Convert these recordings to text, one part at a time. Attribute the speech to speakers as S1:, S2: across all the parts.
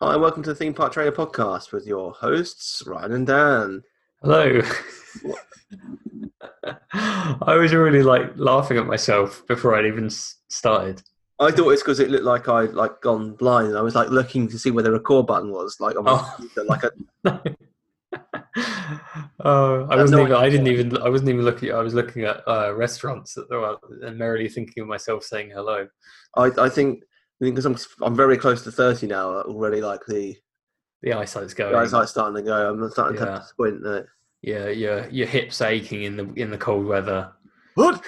S1: Hi, and welcome to the Theme Park Trailer Podcast with your hosts, Ryan and Dan.
S2: Hello. I was really like laughing at myself before I'd even s- started.
S1: I thought it's because it looked like I'd like gone blind. and I was like looking to see where the record button was, like on my
S2: Oh.
S1: computer, like a,
S2: Uh, I
S1: have
S2: wasn't
S1: no
S2: even.
S1: idea
S2: I didn't
S1: why.
S2: even. I wasn't even looking. I was looking at uh, restaurants at the, well, and merrily thinking of myself saying hello.
S1: I, I think because I'm I'm very close to thirty now like, already. Like the
S2: The eyesight's going.
S1: guys like starting to go. I'm starting to have
S2: Oh, Yeah.
S1: to squint. Like,
S2: Yeah, your your hips aching in the in the cold weather.
S1: what?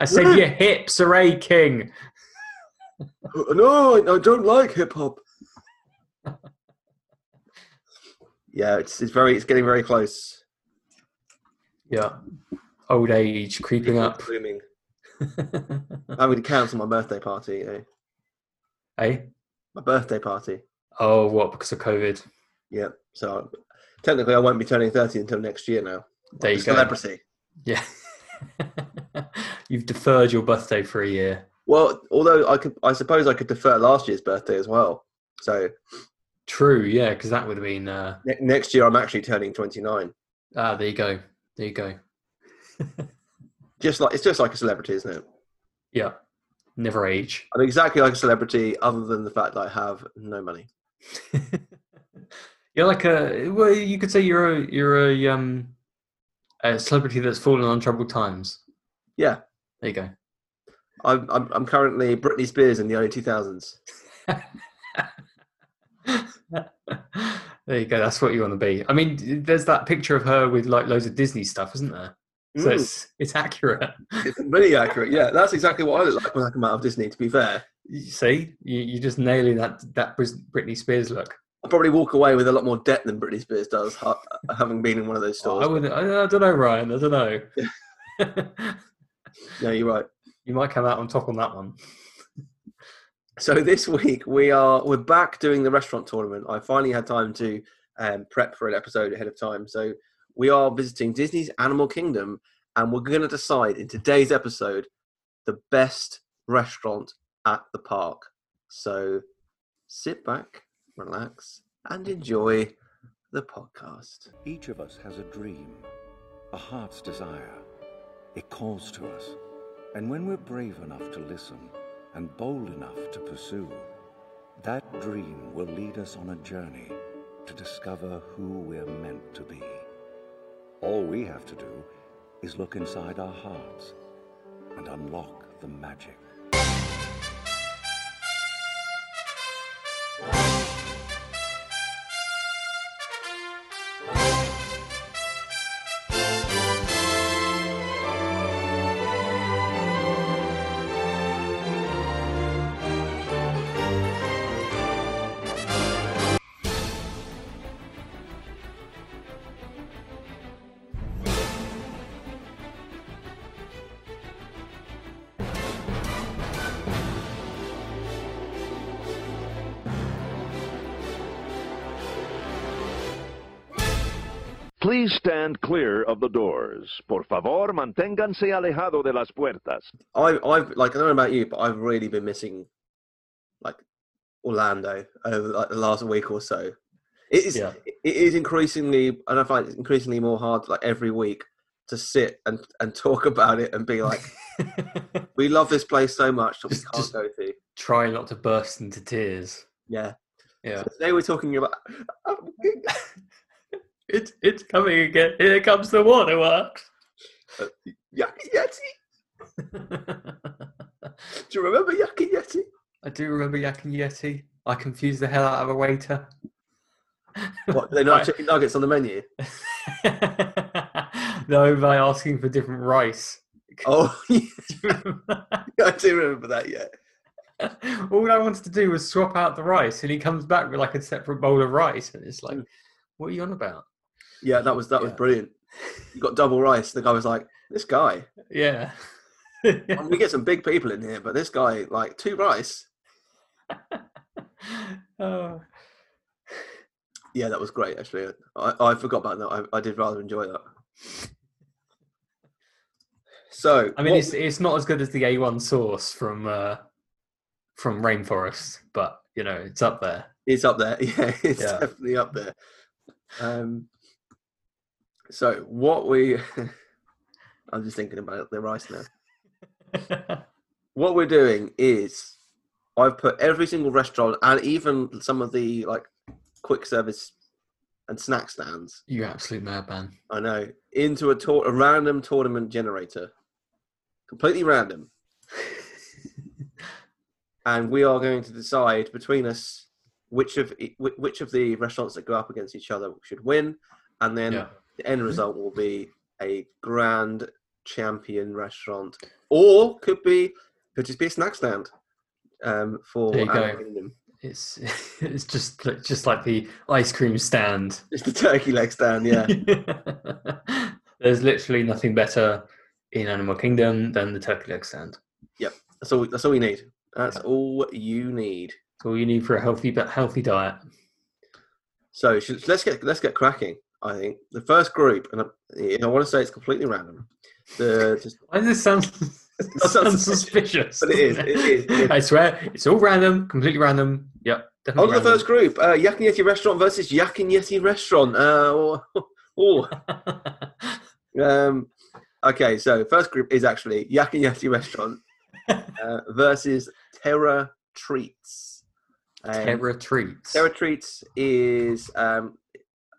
S2: I said your hips are aching.
S1: Uh, No, I, I don't like hip hop. yeah, it's it's very it's getting very close.
S2: Yeah, old age creeping up.
S1: Blooming. Having to cancel my birthday party. You know.
S2: eh?
S1: My birthday party.
S2: Oh, what? Because of COVID.
S1: Yeah. So technically, I won't be turning 30 until next year now.
S2: There you
S1: It's
S2: go.
S1: Celebrity.
S2: Yeah. You've deferred your birthday for a year.
S1: Well, although I could, I suppose I could defer last year's birthday as well. So
S2: True, yeah, because that would have been. Uh,
S1: ne- next year, I'm actually turning 29.
S2: ah, there you go. There you go.
S1: Just like it's just like a celebrity, isn't it?
S2: Yeah. Never age.
S1: I'm exactly like a celebrity, other than the fact that I have no money.
S2: You're like a. Well, you could say you're a you're a um a celebrity that's fallen on troubled times.
S1: Yeah.
S2: There you go.
S1: I'm I'm, I'm currently Britney Spears in the early 2000s.
S2: There you go. That's what you want to be. I mean, there's that picture of her with like loads of Disney stuff, isn't there? So
S1: Mm,
S2: it's it's accurate.
S1: it's really accurate. Yeah, that's exactly what I look like when I come out of Disney. To be fair,
S2: You See, you you just nailing that that Bris- Britney Spears look.
S1: I probably walk away with a lot more debt than Britney Spears does, ha- having been in one of those
S2: Oh, I
S1: stores.
S2: wouldn't. I, I don't know, Ryan. I don't know.
S1: No, you're right.
S2: you might come out on top on that one.
S1: So this week we are we're back doing the restaurant tournament. I finally had time to um, prep for an episode ahead of time. So we are visiting Disney's Animal Kingdom, and we're going to decide in today's episode the best restaurant at the park. So sit back, relax, and enjoy the podcast.
S3: Each of us has a dream, a heart's desire. It calls to us. And when we're brave enough to listen and bold enough to pursue, that dream will lead us on a journey to discover who we're meant to be. All we have to do is look inside our hearts and unlock the magic.
S4: Please stand clear of the doors. Por favor, manténganse alejado de las puertas.
S1: I, I've like I don't know about you, but I've really been missing like Orlando over like the last week or so. It is
S2: Yeah.
S1: it is increasingly, and I find it's increasingly more hard like every week to sit and and talk about it and be like, we love this place so much that we
S2: Just-
S1: can't
S2: just-
S1: go to.
S2: Try not to burst into tears.
S1: Yeah.
S2: Yeah,
S1: So today we're talking about.
S2: it's it's coming again. Here comes the waterworks.
S1: Yucky Yeti,
S2: I
S1: do you remember Yucky Yeti?
S2: do remember Yak and Yeti. I confused the hell out of a waiter.
S1: What they not chicken nuggets on the menu?
S2: no, by asking for different rice.
S1: Oh, yeah, I do remember that. Yeah,
S2: All I wanted to do was swap out the rice, and he comes back with like a separate bowl of rice, and it's like, what are you on about?
S1: yeah, that was that was
S2: Yeah.
S1: brilliant. You got double rice. The guy was like, this guy.
S2: Yeah.
S1: I mean, we get some big people in here, but this guy, like two rice.
S2: Oh.
S1: Yeah, that was great. Actually, I, I forgot about that. I, I did rather enjoy that. So,
S2: I mean,
S1: what-
S2: it's it's not as good as the A1 sauce from uh, from Rainforest, but you know, it's up there.
S1: It's up there. Yeah, it's
S2: Yeah.
S1: definitely up there. Um, so what we, I'm just thinking about the rice now. What we're doing is, I've put every single restaurant and even some of the like quick service and snack stands.
S2: you absolute madman.
S1: I know into a tour, a random tournament generator, completely random, and we are going to decide between us which of e- whi- which of the restaurants that go up against each other should win, and then
S2: yeah.
S1: the end result will be a grand champion restaurant, or could be could just be a snack stand. Um, for
S2: There you
S1: Animal
S2: go.
S1: Kingdom.
S2: It's it's just like- just like the ice cream stand.
S1: it's the turkey leg stand, yeah.
S2: There's literally nothing better in Animal Kingdom than the turkey leg stand.
S1: that's all. That's all you need. That's all you need.
S2: It's all you need for a healthy but healthy diet.
S1: So sh- let's get let's get cracking. I think the first group, and I, I want to say it's completely random. The just,
S2: Why does this sound, it
S1: sounds
S2: sounds suspicious?
S1: but it is,
S2: doesn't
S1: it is, it is.
S2: I swear, it's all random, completely random. Yep.
S1: on
S2: Definitely
S1: to the first group, uh, Yak and Yeti Restaurant versus Yak and Yeti Restaurant. Uh, oh, um, okay. So first group is actually Yak and Yeti Restaurant uh, versus Terra Treats. Um,
S2: Terra treats.
S1: Terra Treats is um,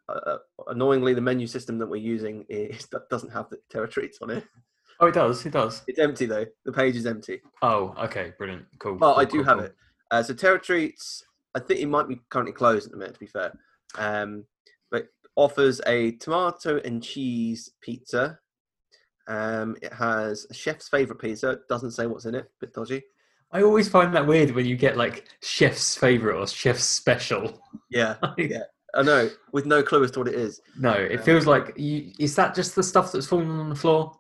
S1: uh, annoyingly the menu system that we're using is that doesn't have the Terra Treats on it.
S2: oh, it does. It does.
S1: It's empty though. The page is empty.
S2: Oh, okay. Brilliant. Cool.
S1: Well,
S2: cool,
S1: I do
S2: cool,
S1: have
S2: cool.
S1: it. Uh, so Terra Treats, I think it might be currently closed at the minute. To be fair, um, but offers a tomato and cheese pizza. Um, it has a chef's favorite pizza. It doesn't say what's in it. Bit dodgy.
S2: I always find that weird when you get like chef's favorite or chef's special.
S1: Yeah, I know. With no clue as to what it is.
S2: No, it feels like you, is that just the stuff that's fallen on the floor?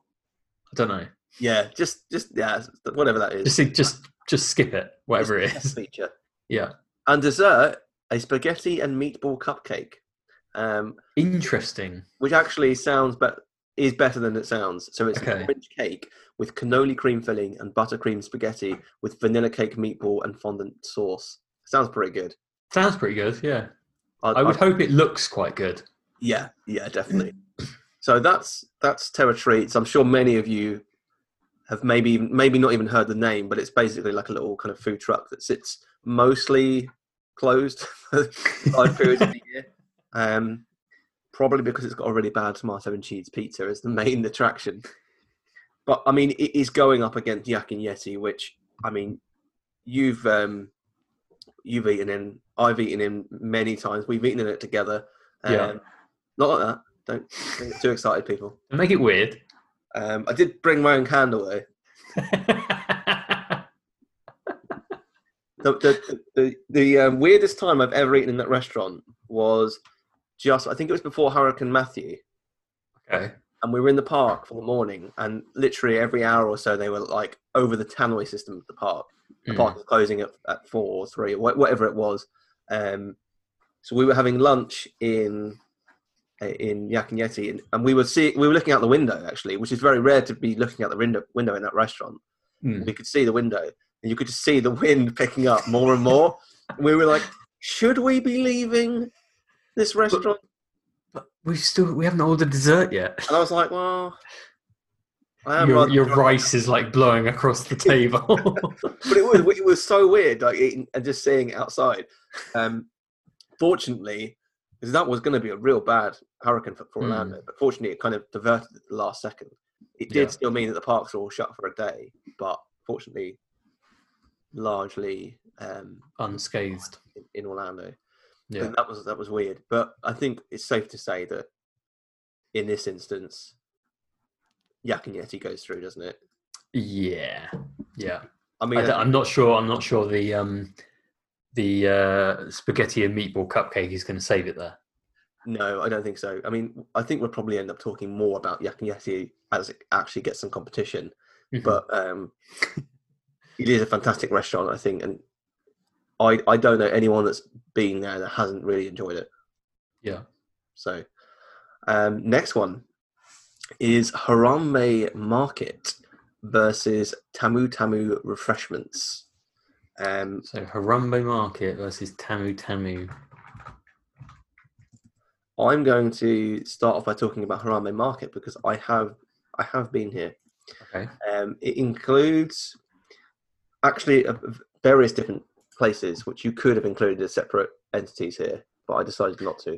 S2: I don't know.
S1: Yeah, just just yeah, s- whatever that is.
S2: Just just just skip it, whatever
S1: It's
S2: it
S1: a chef's
S2: is.
S1: Feature.
S2: Yeah,
S1: And dessert, a spaghetti and meatball cupcake. Um,
S2: interesting.
S1: which actually sounds but is better than it sounds. So it's
S2: Okay.
S1: an orange cake with cannoli cream filling and buttercream spaghetti with vanilla cake meatball and fondant sauce. Sounds pretty good.
S2: Sounds pretty good. Yeah,
S1: I,
S2: I would
S1: I-
S2: hope it looks quite good.
S1: yeah, yeah, definitely. so that's that's Terra Treats. I'm sure many of you have maybe maybe not even heard the name, but it's basically like a little kind of food truck that sits mostly closed for five periods of the year. Um, probably because it's got a really bad tomato and cheese pizza is the main attraction. But I mean, it is going up against Yak and Yeti, which I mean, you've um, you've eaten in, I've eaten in many times. We've eaten in it together. Um,
S2: Yeah.
S1: Not like that. Don't, don't get too excited, people.
S2: Make it weird.
S1: Um, I did bring my own candle though. the the the, the um, weirdest time I've ever eaten in that restaurant was just I think it was before Hurricane Matthew,
S2: okay.
S1: and we were in the park for the morning, and literally every hour or so they were like over the tannoy system of the park. The
S2: Mm.
S1: park was closing at at four or three, wha- whatever it was. Um, so we were having lunch in uh, in Yak and Yeti, and, and we were see we were looking out the window actually, which is very rare to be looking out the window window in that restaurant
S2: Mm.
S1: we could see the window and you could just see the wind picking up more and more we were like should we be leaving this restaurant
S2: But we still we haven't ordered dessert yet.
S1: and i was like well i am
S2: Your,
S1: rather
S2: your
S1: drunk.
S2: rice is like blowing across the table.
S1: but it was it was so weird like eating and just seeing it outside um fortunately because that was going to be a real bad hurricane for, for
S2: Hmm.
S1: orlando but fortunately it kind of diverted at the last second it did
S2: Yeah.
S1: still mean that the parks were all shut for a day but fortunately largely um
S2: Unscathed.
S1: in, in orlando
S2: Yeah.
S1: And that was that was weird. But I think it's safe to say that in this instance, Yak and Yeti goes through, doesn't it?
S2: Yeah. Yeah.
S1: I mean,
S2: I am not sure. I'm not sure the um, the uh, spaghetti and meatball cupcake is going to save it there.
S1: no, I don't think so. I mean, I think we'll probably end up talking more about Yak and Yeti as it actually gets some competition.
S2: Mhm.
S1: But um, it is a fantastic restaurant, I think, and I I don't know anyone that's been there that hasn't really enjoyed it.
S2: yeah,
S1: So, um, next one is Harambe Market versus Tamu Tamu Refreshments. Um,
S2: So Harambe Market versus Tamu Tamu.
S1: I'm going to start off by talking about Harambe Market because I have I have been here.
S2: Okay.
S1: Um, it includes actually uh, various different places which you could have included as separate entities here, but I decided not to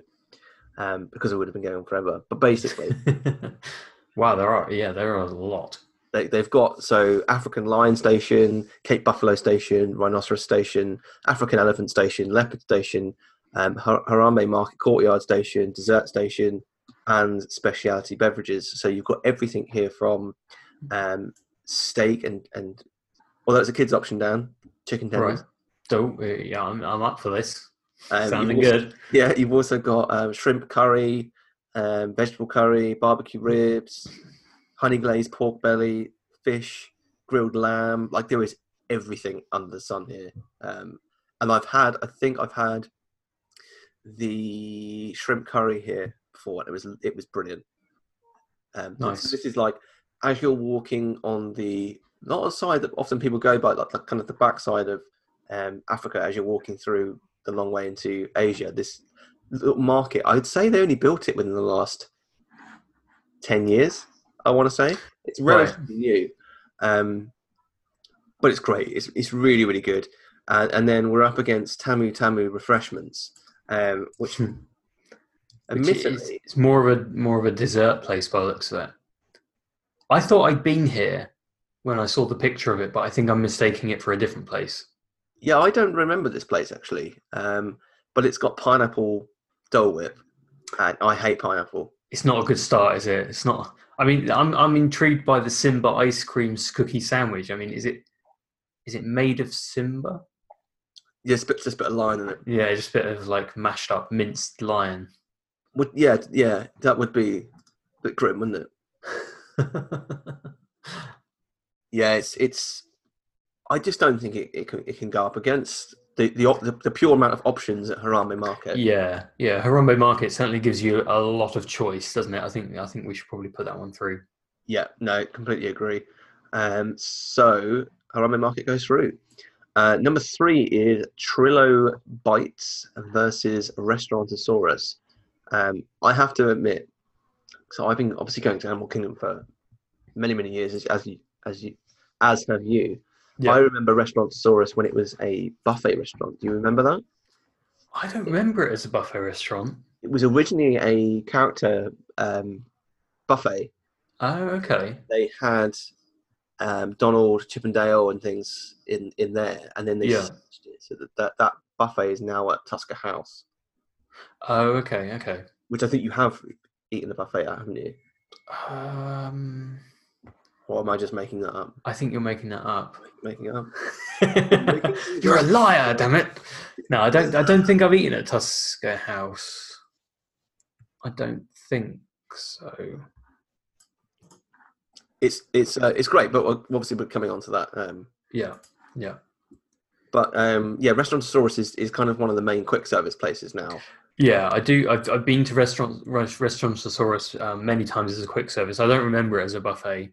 S1: um, because it would have been going on forever. But basically,
S2: wow, there are yeah, there are a lot.
S1: they, they've got so African Lion Station, Cape Buffalo Station, Rhinoceros Station, African Elephant Station, Leopard Station, um, Har- Harambe Market Courtyard Station, Dessert Station, and specialty beverages. So you've got everything here from um, steak and and although it's a kids option down chicken tenders.
S2: Right. So uh, yeah, I'm I'm up for this.
S1: Um, you've
S2: Sounding
S1: also-
S2: good.
S1: Yeah, you've also got um, shrimp curry, um, vegetable curry, barbecue ribs, honey glazed pork belly, fish, grilled lamb. Like there is everything under the sun here. Um, and I've had, I think I've had the shrimp curry here before, and it was it was brilliant. Um, so
S2: Nice.
S1: This is like as you're walking on the not a side that often people go by, like, like kind of the backside of um, Africa as you're walking through the long way into Asia. This little market, I would say they only built it within the last ten years. I want to say it's
S2: Right.
S1: relatively new, um, but it's great. It's it's really really good. And, and then we're up against Tamu Tamu refreshments, um, which
S2: Hmm. Which is-
S1: admittedly
S2: it's more of a more of a dessert place by the looks of it. I thought I'd been here when I saw the picture of it, but I think I'm mistaking it for a different place.
S1: Yeah, I don't remember this place actually, um, but it's got pineapple Dole Whip, and I hate pineapple.
S2: It's not a good start, is it? It's not. I mean, I'm I'm intrigued by the Simba ice cream cookie sandwich. I mean, is it is it made of Simba?
S1: Just bit, just bit of lime in it.
S2: Yeah, just a bit of like mashed up minced lion.
S1: Would, yeah, yeah, that would be a bit grim, wouldn't it? Yeah, it's it's. I just don't think it, it can it can go up against the the, op- the the pure amount of options at Harambe Market.
S2: yeah, yeah. Harambe Market certainly gives you a lot of choice, doesn't it? I think I think we should probably put that one through.
S1: Yeah, no, completely agree. Um, so Harambe Market goes through. Uh, number three is Trillo Bites versus Restaurantosaurus. Um, I have to admit, so I've been obviously going to Animal Kingdom for many, many years, as, as you, as you, as have you. I remember Restaurantosaurus when it was a buffet restaurant. Do you remember that?
S2: I don't remember it as a buffet restaurant.
S1: It was originally a character um, buffet
S2: Oh, okay.
S1: they had um, Donald Chippendale and things in, in there, and then they
S2: Yeah.
S1: switched it so that, that that buffet is now at Tusker House,
S2: Oh, okay, okay.
S1: which I think you have eaten the buffet at, haven't you?
S2: Um,
S1: Or am I just making that up?
S2: I think you're making that up.
S1: Making it up?
S2: you're a liar, damn it! No, I don't. I don't think I've eaten at Tusker House. I don't think so.
S1: It's it's uh, it's great, but we're- obviously we're coming on to that. Um,
S2: Yeah, yeah,
S1: but um, yeah, Restaurantosaurus is, is kind of one of the main quick service places now.
S2: yeah. I do. I've, I've been to restaurant res- restaurant Thesaurus um, many times as a quick service. I don't remember it as a buffet,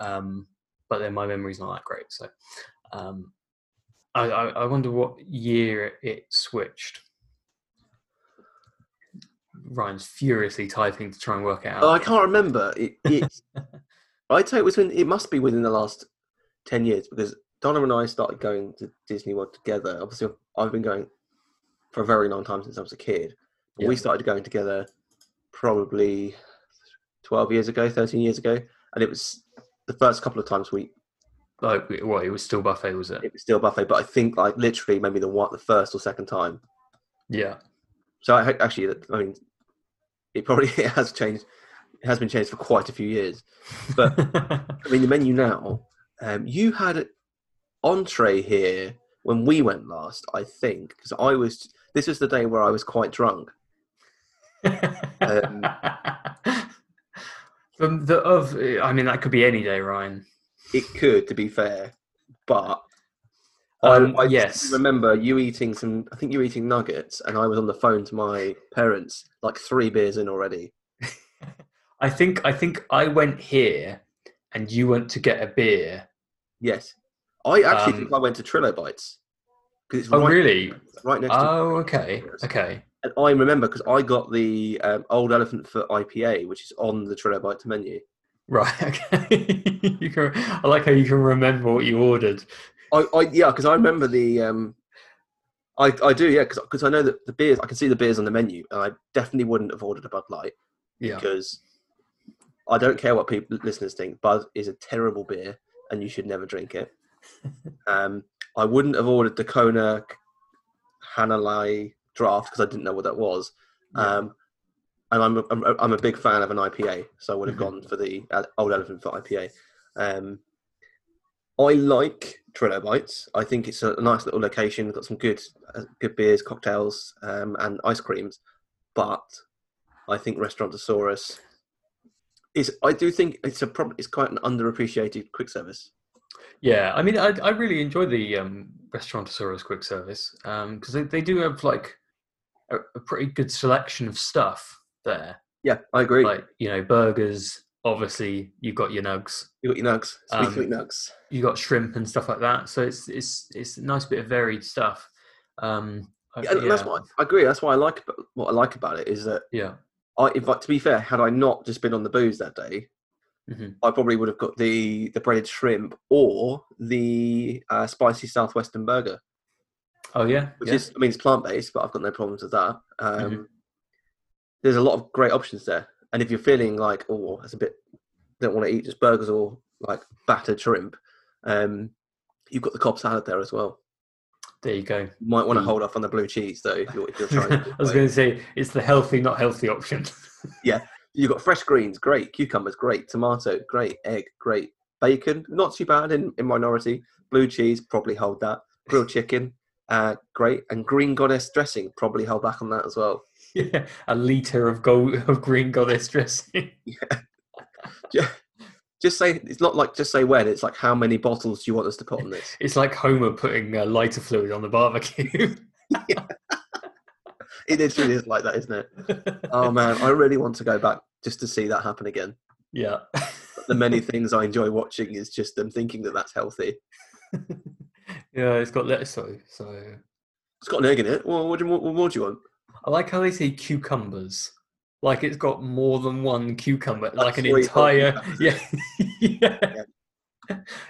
S2: um, but then my memory's not that great. So, um, I, I, I wonder what year it switched. Ryan's furiously typing to try and work it out.
S1: Oh, I can't remember. It, it, I tell it was in, it must be within the last ten years because Donna and I started going to Disney World together. Obviously, I've- I've been going for a very long time since I was a kid. But We
S2: Yeah.
S1: started going together probably twelve years ago, thirteen years ago, and it was the first couple of times we
S2: like, well, it was still buffet, was it?
S1: it was still buffet, but I think like literally maybe the one the first or second time.
S2: Yeah.
S1: So I, actually, I mean, it probably it has changed. It has been changed for quite a few years. But- I mean, the menu now. Um, you had an entree here when we went last, I think, because I was. This was the day where I was quite drunk. um,
S2: From the of, I mean, that could be any day, Ryan.
S1: It could, to be fair, but
S2: Um,
S1: I, I
S2: yes.
S1: remember you eating some. I think you were eating nuggets, and I was on the phone to my parents, like three beers in already.
S2: I think I think I went here, and you went to get a beer.
S1: Yes, I actually
S2: Um,
S1: think I went to Trillo Bites. because it's
S2: Oh,
S1: right,
S2: really?
S1: right next to.
S2: Oh, okay. Okay.
S1: And I remember because I got the um, old elephant foot IPA, which is on the Trilobite menu.
S2: Right. Okay. you can, I like how you can remember what you ordered.
S1: I, I yeah, because I remember the. Um, I, I do yeah, because I know that the beers I can see the beers on the menu, and I definitely wouldn't have ordered a Bud Light
S2: Yeah.
S1: because I don't care what people listeners think. Bud is a terrible beer, and you should never drink it. um, I wouldn't have ordered the Kona Hanalei draft because I didn't know what that was. Um, and I'm, a- I'm a- I'm a big fan of an IPA, so I would have
S2: Mhm.
S1: gone for the uh, Old Elephant for IPA. Um, I like Trilobites. I think it's a nice little location. Got some good uh, good beers, cocktails, um, and ice creams. But I think Restaurantosaurus is. I do think it's a problem. It's quite an underappreciated quick service.
S2: Yeah, I mean, I I really enjoy the um, Restaurantosaurus quick service because they, they do have like a, a pretty good selection of stuff there.
S1: Yeah, I agree.
S2: Like you know, burgers. Obviously, you've got your nugs.
S1: You got your nugs.
S2: Um,
S1: Sweet, sweet nugs.
S2: You got shrimp and stuff like that. So it's it's it's a nice bit of varied stuff. Um, I-
S1: Yeah, and that's
S2: yeah,
S1: what I, I agree. That's what I like. About, what I like about it is that
S2: yeah,
S1: I, in fact, to be fair, had I not just been on the booze that day,
S2: Mhm.
S1: I probably would have got the the breaded shrimp or the uh, spicy southwestern burger,
S2: Oh yeah,
S1: which
S2: yeah.
S1: is I mean it's plant based, but I've got no problems with that. Um,
S2: Mhm.
S1: There's a lot of great options there, and if you're feeling like oh that's a bit don't want to eat just burgers or like battered shrimp, um, you've got the cob salad there as well.
S2: there you go.
S1: You might want to
S2: Mm.
S1: hold off on the blue cheese though if you're, if you're trying.
S2: I
S1: to
S2: was
S1: avoid-
S2: going to say it's the healthy, not healthy option.
S1: You've got fresh greens, great. Cucumbers, great. Tomato, great. Egg, great. Bacon, not too bad in, in minority. Blue cheese, probably hold that. Grilled chicken, uh, great. And green goddess dressing, probably hold back on that as well.
S2: yeah, a liter of gold of green goddess dressing.
S1: Just say, it's not like just say when, it's like how many bottles do you want us to put on this?
S2: It's like Homer putting uh, lighter fluid on the barbecue.
S1: It literally is like that, isn't it? Oh man, I really want to go back just to see that happen again.
S2: yeah.
S1: The many things I enjoy watching is just them thinking that that's healthy.
S2: Yeah, it's got lettuce, so
S1: It's got an egg in it. Well, what, do you, what more do you want?
S2: I like how they say cucumbers. Like it's got more than one cucumber, like, an
S1: three whole
S2: entire yeah. yeah.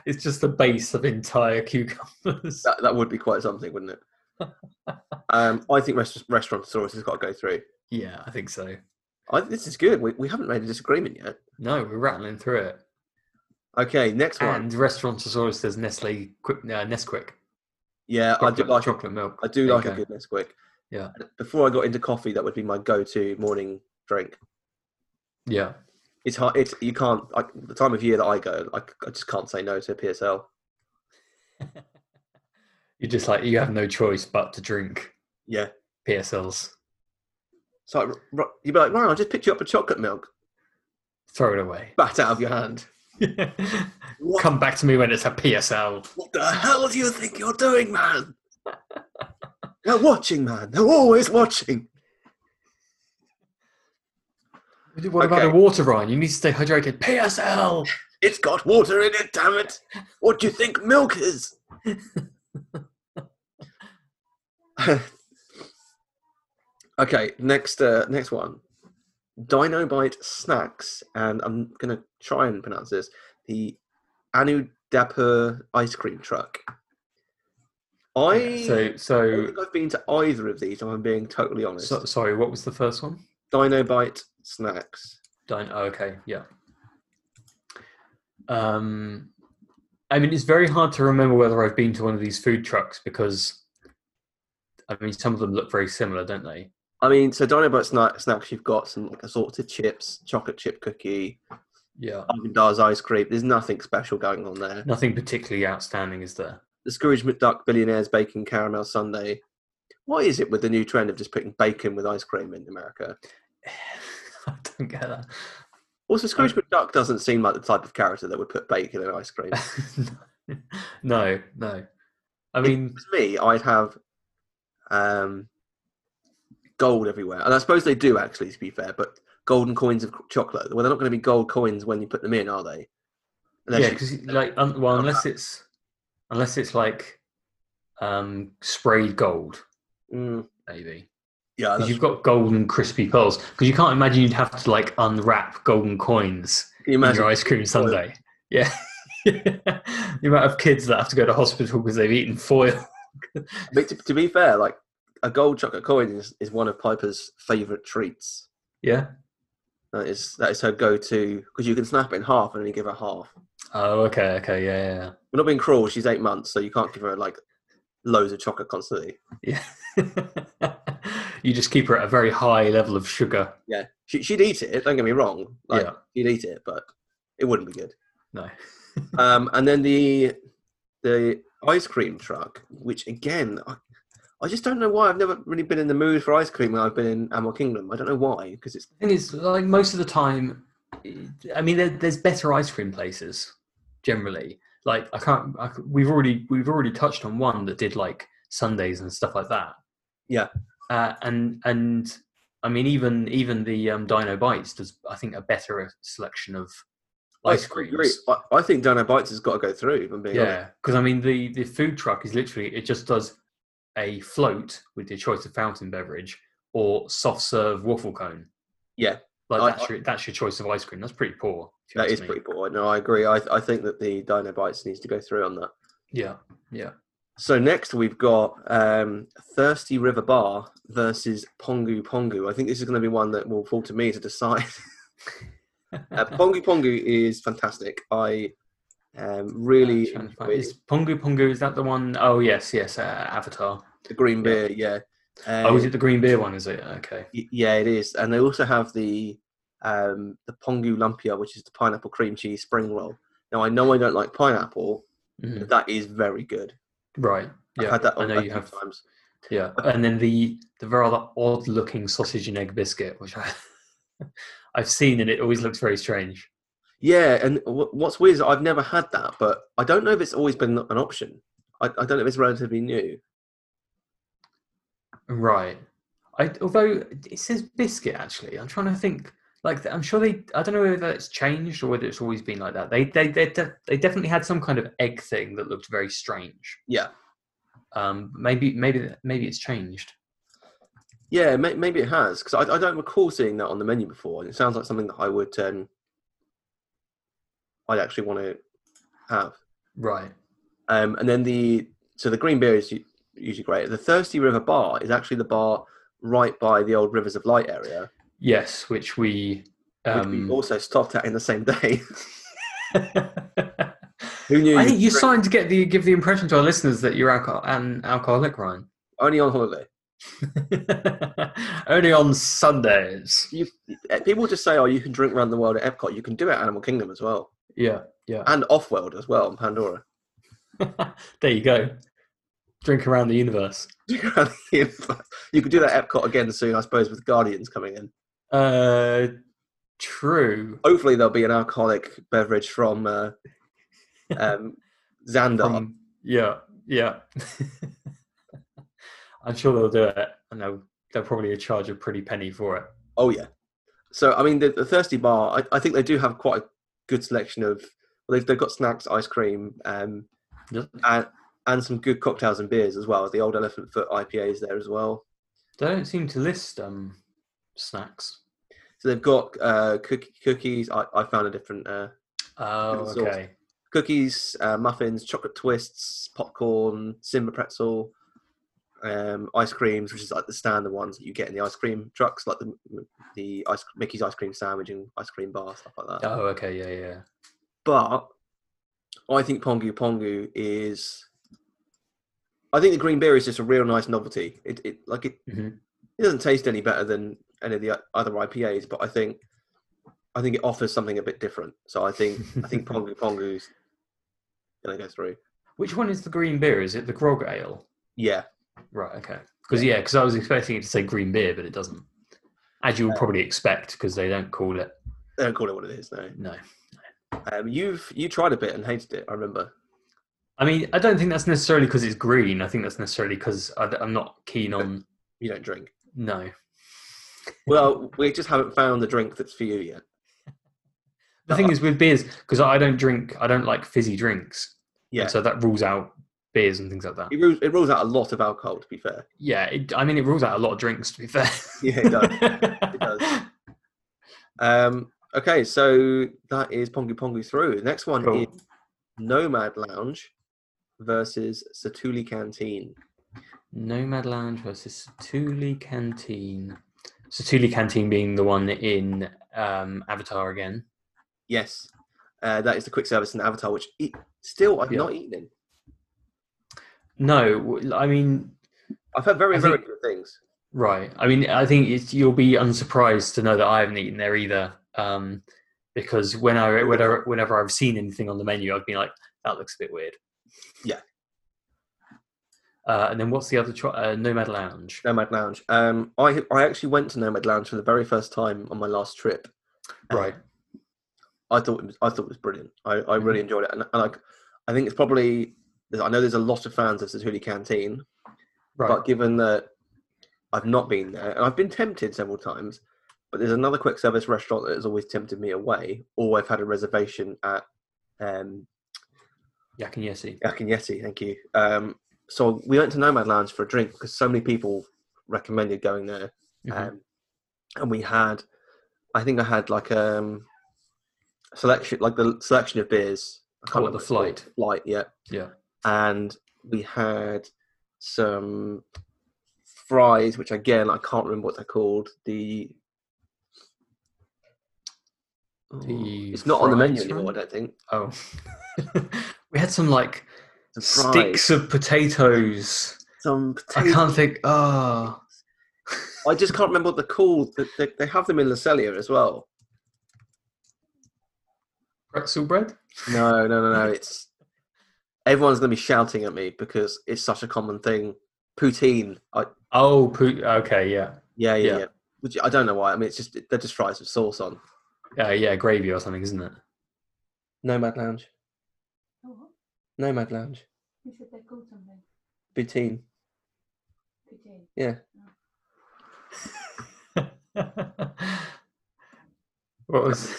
S2: It's just the base of entire cucumbers.
S1: That, that would be quite something, wouldn't it? um, I think rest- restaurant has got to go through.
S2: yeah, I think so.
S1: I, this is good. We, we haven't made a disagreement yet.
S2: No, we're rattling through it.
S1: Okay, next one.
S2: And Restaurantosaurus says Nestle Quick uh, Nesquik.
S1: yeah, I do
S2: Chocolate-
S1: like
S2: chocolate milk.
S1: I do
S2: There you
S1: like a
S2: go.
S1: good Nesquik.
S2: Yeah.
S1: Before I got into coffee, that would be my go-to morning drink.
S2: Yeah.
S1: It's hard. It's you can't. I, the time of year that I go, I, I just can't say no to a PSL.
S2: You're just like you have no choice but to drink
S1: Yeah.
S2: PSLs.
S1: So I, r- you'd be like, "Ryan, I'll just pick you up a chocolate milk,
S2: Throw it away.
S1: bat out of your hand." What,
S2: Come back to me when it's a PSL.
S1: what the hell do you think you're doing, man? They're watching, man. They're always watching.
S2: What about
S1: Okay.
S2: the water, Ryan? You need to stay hydrated. PSL.
S1: It's got water in it, damn it. What do you think milk is? okay, next uh, next one. Dino Bite snacks, and I'm gonna try and pronounce this. The Anudapur ice cream truck. I
S2: So,
S1: don't
S2: so,
S1: think I've been to either of these. If I'm being totally honest.
S2: so sorry. What was the first one?
S1: Dino Bite snacks.
S2: Dine. Oh, okay. Yeah. Um, I mean, it's very hard to remember whether I've been to one of these food trucks because, I mean, some of them look very similar, don't they?
S1: I mean, so Dino Bite snack, snacks. You've got some like assorted chips, chocolate chip cookie,
S2: Yeah.
S1: Alvin Dar's ice cream. There's nothing special going on there.
S2: Nothing particularly outstanding, is there?
S1: The Scrooge McDuck Billionaire's Bacon Caramel Sundae. What is it with the new trend of just putting bacon with ice cream in America?
S2: I don't get that.
S1: Also, Scrooge McDuck doesn't seem like the type of character that would put bacon in ice cream.
S2: no, no. I
S1: If
S2: mean,
S1: it was me, I'd have um, gold everywhere. And I suppose they do, actually, to be fair, but golden coins of c- chocolate. Well, they're not going to be gold coins when you put them in, are they? Unless
S2: yeah,
S1: you-
S2: because like, un- well, unless it's unless it's like um, sprayed gold,
S1: Mm.
S2: maybe.
S1: Yeah,
S2: Because
S1: that's,
S2: you've got golden crispy pearls. Because you can't imagine you'd have to like unwrap golden coins
S1: can you
S2: in
S1: imagine?
S2: your ice cream sundae. Yeah. the amount of kids that have to go to hospital because they've eaten foil.
S1: But to, to be fair, like a gold chocolate coin is, is one of Piper's favourite treats.
S2: yeah.
S1: That is that is her go-to because you can snap it in half and only give her half.
S2: Oh, okay, okay, yeah, yeah, yeah.
S1: We're not being cruel. She's eight months, so you can't give her like loads of chocolate constantly.
S2: you just keep her at a very high level of sugar.
S1: Yeah, she, she'd eat it. Don't get me wrong. Like,
S2: yeah,
S1: she'd eat it, but it wouldn't be good.
S2: no.
S1: Um, and then the the ice cream truck, which again, I, I just don't know why I've never really been in the mood for ice cream when I've been in Animal Kingdom. I don't know why because it's
S2: thing is, like most of the time, I mean, there, there's better ice cream places generally. Like I can't. I, c- we've already we've already touched on one that did like Sundays and stuff like that.
S1: Yeah.
S2: Uh, and and I mean, even even the um, Dino Bites does I think a better selection of ice
S1: I agree.
S2: creams.
S1: I, I think Dino Bites has got to go through. If I'm being honest.
S2: Yeah, because I mean the the food truck is literally it just does a float with your choice of fountain beverage or soft serve waffle cone.
S1: Yeah.
S2: like
S1: I-
S2: that's your that's your choice of ice cream. That's pretty poor. if you
S1: that
S2: ask
S1: is
S2: me.
S1: pretty poor. No, I agree. I I think that the Dino Bites needs to go through on that.
S2: Yeah,
S1: So next we've got um, Thirsty River Bar versus Pongu Pongu. I think this is going to be one that will fall to me to decide. uh, Pongu Pongu is fantastic. I um, really
S2: Trying to find-
S1: enjoy
S2: is Pongu Pongu is that the one oh yes yes uh, Avatar.
S1: the green beer. Yeah. Um,
S2: oh, is it the green beer one? Is it okay?
S1: y- yeah, it is. And they also have the um, the Pongu Lumpia, which is the pineapple cream cheese spring roll. Now I know I don't like pineapple,
S2: Mhm.
S1: but that is very good.
S2: Right.
S1: I've
S2: Yeah,
S1: had that.
S2: I know
S1: a
S2: you
S1: few
S2: have.
S1: times.
S2: Yeah, and then the the rather odd looking sausage and egg biscuit, which I I've seen and it always looks very strange.
S1: Yeah, and wh- what's weird is I've never had that, but I don't know if it's always been an option. I, I don't know if it's relatively new.
S2: Right. I although it says biscuit actually. I'm trying to think. Like I'm sure they. I don't know whether it's changed or whether it's always been like that. They they they, de- they definitely had some kind of egg thing that looked very strange.
S1: Yeah.
S2: Um. Maybe maybe maybe it's changed.
S1: Yeah, may, maybe it has because I, I don't recall seeing that on the menu before, and it sounds like something that I would, um, I'd actually want to have.
S2: Right.
S1: Um, and then the so the green beer is u- usually great. The Thirsty River Bar is actually the bar right by the old Rivers of Light area,
S2: Yes. Which we.
S1: which
S2: Um,
S1: we also stopped at in the same day. Who knew?
S2: I
S1: you
S2: think you
S1: drink
S2: signed to get the give the impression to our listeners that you're alcohol an alcoholic, Ryan.
S1: only on holiday.
S2: Only on Sundays.
S1: You, eh, people just say, "Oh, you can drink around the world at Epcot." You can do it at Animal Kingdom as well,
S2: Yeah. Yeah.
S1: and off world as well on Pandora.
S2: there you go. Drink around the universe.
S1: you could do that at Epcot again soon, I suppose, with Guardians coming in.
S2: Uh, true.
S1: Hopefully, there'll be an alcoholic beverage from uh, um, Xandar.
S2: Um, yeah, yeah. I'm sure they'll do it, and they'll they'll probably charge a pretty penny for it.
S1: oh yeah. So I mean, the, the Thirsty Bar. I, I think they do have quite a good selection of. Well, they've, they've got snacks, ice cream, um,
S2: Do
S1: and and some good cocktails and beers as well. The Old Elephant Foot IPA is there as well.
S2: They don't seem to list um snacks.
S1: So they've got uh, cookie, cookies. I, I found a different uh,
S2: Oh,
S1: Different sauce.
S2: okay.
S1: cookies, uh, muffins, chocolate twists, popcorn, Simba pretzel, um, ice creams, which is like the standard ones that you get in the ice cream trucks, like the the ice Mickey's ice cream sandwich and ice cream bar stuff like that.
S2: Oh, okay. Yeah, yeah.
S1: But I think Pongu Pongu is. I think the green beer is just a real nice novelty. It, it like it,
S2: Mhm.
S1: it doesn't taste any better than any of the o- other IPAs, but I think I think it offers something a bit different. So I think I think Pongu Pongu's gonna go through.
S2: Which one is the green beer? Is it the grog ale?
S1: Yeah,
S2: Right. Okay. Because yeah, because I was expecting it to say green beer, but it doesn't. As you would probably expect, because they don't call it.
S1: they don't call it what it is. No,
S2: No.
S1: um, you've you tried a bit and hated it. I remember.
S2: I mean, I don't think that's necessarily because it's green. I think that's necessarily because I'm not keen on.
S1: You don't drink.
S2: No.
S1: Well, we just haven't found the drink that's for you yet.
S2: The thing is with beers, because I don't drink, I don't like fizzy drinks. and
S1: Yeah.
S2: So that rules out beers and things like that.
S1: It rules, it rules out a lot of alcohol, to be fair.
S2: Yeah, it, I mean, it rules out a lot of drinks. To be fair,
S1: Yeah, it does. It does. Um, okay, so that is Pongi Pongi through. The next one
S2: Cool.
S1: is Nomad Lounge versus Satuli Canteen.
S2: Nomad Lounge versus Satuli Canteen. Satuli Canteen being the one in um, Avatar again.
S1: Yes, uh, that is the quick service in Avatar, which e- still I've
S2: Yeah.
S1: not eaten. in.
S2: No, w- I mean,
S1: I've heard very,
S2: I
S1: very
S2: think-
S1: good things.
S2: Right. I mean, I think it's, you'll be unsurprised to know that I haven't eaten there either, um, because when I whenever, whenever I've seen anything on the menu, I've been like, "That looks a bit weird."
S1: Yeah.
S2: Uh, and then what's the other cho- uh, Nomad Lounge?
S1: Nomad Lounge. Um, I I actually went to Nomad Lounge for the very first time on my last trip. Um,
S2: Right.
S1: I thought it was, I thought it was brilliant. I, I
S2: Mm-hmm.
S1: really enjoyed it, and, and like I think it's probably I know there's a lot of fans of Satuli Canteen,
S2: Right.
S1: but given that I've not been there and I've been tempted several times, but there's another quick service restaurant that has always tempted me away, or I've had a reservation at um,
S2: Yak and Yeti.
S1: Yak and Yeti. Thank you. Um, so we went to Nomad Lounge for a drink because so many people recommended going there.
S2: Mhm.
S1: Um, and we had, I think I had like um, selection, like the selection of beers. I can't
S2: Oh,
S1: remember
S2: the
S1: what it's
S2: flight.
S1: called. Flight, yeah.
S2: Yeah.
S1: And we had some fries, which again I can't remember what they're called. The Oh,
S2: The
S1: it's not on the menu
S2: fries
S1: anymore, I
S2: one?
S1: don't think.
S2: Oh. we had some like
S1: Some
S2: sticks
S1: fries,
S2: of potatoes.
S1: some
S2: I
S1: potato
S2: can't think. Oh.
S1: I just can't remember what they're called. They, they, they have them in La Celia as well.
S2: Pretzel bread.
S1: No, no, no, no. It's everyone's going to be shouting at me because it's such a common thing. Poutine. I,
S2: Oh, poo- okay, yeah,
S1: yeah, yeah,
S2: Yeah.
S1: yeah. Which I don't know why. I mean, it's just they're just fries with sauce on.
S2: uh, yeah, gravy or something, isn't it?
S1: Nomad Lounge.
S5: Oh, what?
S1: Nomad Lounge.
S5: You said they're called something.
S1: Poutine.
S5: Poutine.
S2: what was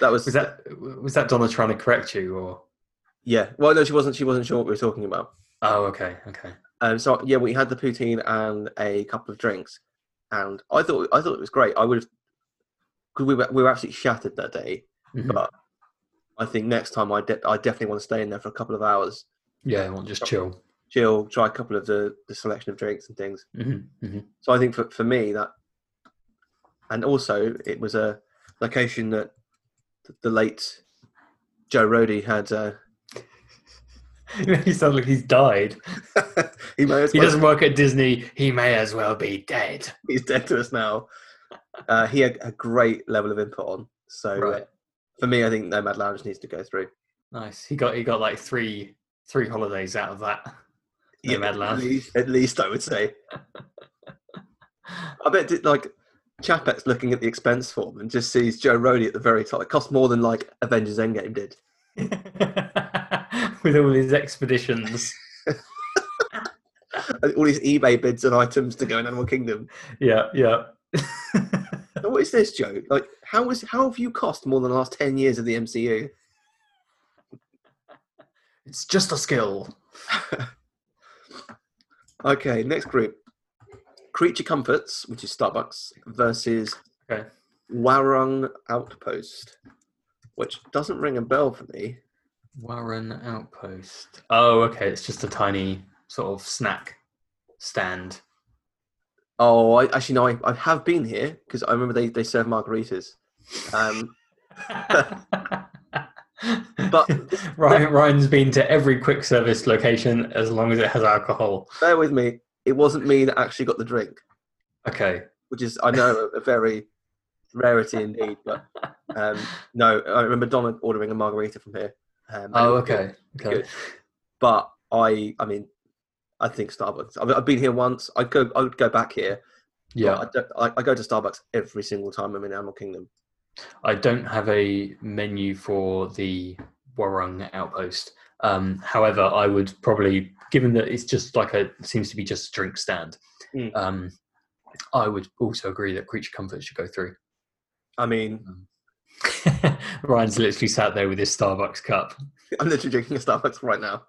S1: That was,
S2: was that was that Donna trying to correct you or
S1: yeah. Well, no, she wasn't. She wasn't sure what we were talking about.
S2: oh okay okay
S1: Um, so yeah, we had the poutine and a couple of drinks, and I thought I thought it was great. I would have because we were we were absolutely shattered that day.
S2: Mhm.
S1: But I think next time I de- I definitely want to stay in there for a couple of hours,
S2: yeah I want just chill
S1: chill, try a couple of the, the selection of drinks and things.
S2: hmm hmm
S1: So I think for, for me that, and also it was a location that th- the late Joe Rody had. Uh,
S2: mm-hmm. he sounds like he's died
S1: he may as
S2: he
S1: well
S2: doesn't work at Disney he may as well be dead
S1: he's dead to us now. Uh, he had a great level of input on. So uh,
S2: right
S1: for me, I think Nomad Lounge needs to go through.
S2: nice he got he got like three three holidays out of that Nomad
S1: at
S2: Lounge.
S1: least, at least I would say. I bet it, like Chapek's looking at the expense form and just sees Joe Rody at the very top. It costs more than like Avengers Endgame did.
S2: with all his expeditions
S1: And All these eBay bids and items to go in Animal Kingdom.
S2: yeah yeah
S1: And what is this, Joe? Like, how is how have you cost more than the last ten years of the MCU?
S2: it's just a skill
S1: Okay, next group: Creature Comforts, which is Starbucks, versus
S2: Okay.
S1: Warung Outpost, which doesn't ring a bell for me.
S2: Warren Outpost. Oh, okay. It's just a tiny sort of snack stand.
S1: Oh, I, actually, no, I, I have been here because I remember they, they serve margaritas. Um,
S2: but Ryan, Ryan's been to every quick service location as long as it has alcohol.
S1: bear with me. It wasn't me that actually got the drink,
S2: Okay.
S1: which is I know a, a very rarity indeed. But um, no, I remember Donna ordering a margarita from here. Um, and
S2: Oh,
S1: it was good,
S2: okay. Okay.
S1: good. But I, I mean, I think Starbucks. I've, I've been here once. I go, I would go back here. but
S2: Yeah.
S1: I, don't, I, I go to Starbucks every single time I'm in Animal Kingdom.
S2: I don't have a menu for the Warung Outpost. Um, however, I would probably, given that it's just like a seems to be just a drink stand,
S1: Mm.
S2: um, I would also agree that Creature Comfort should go through.
S1: I mean,
S2: Ryan's literally sat there with his Starbucks cup.
S1: I'm literally drinking a Starbucks right now.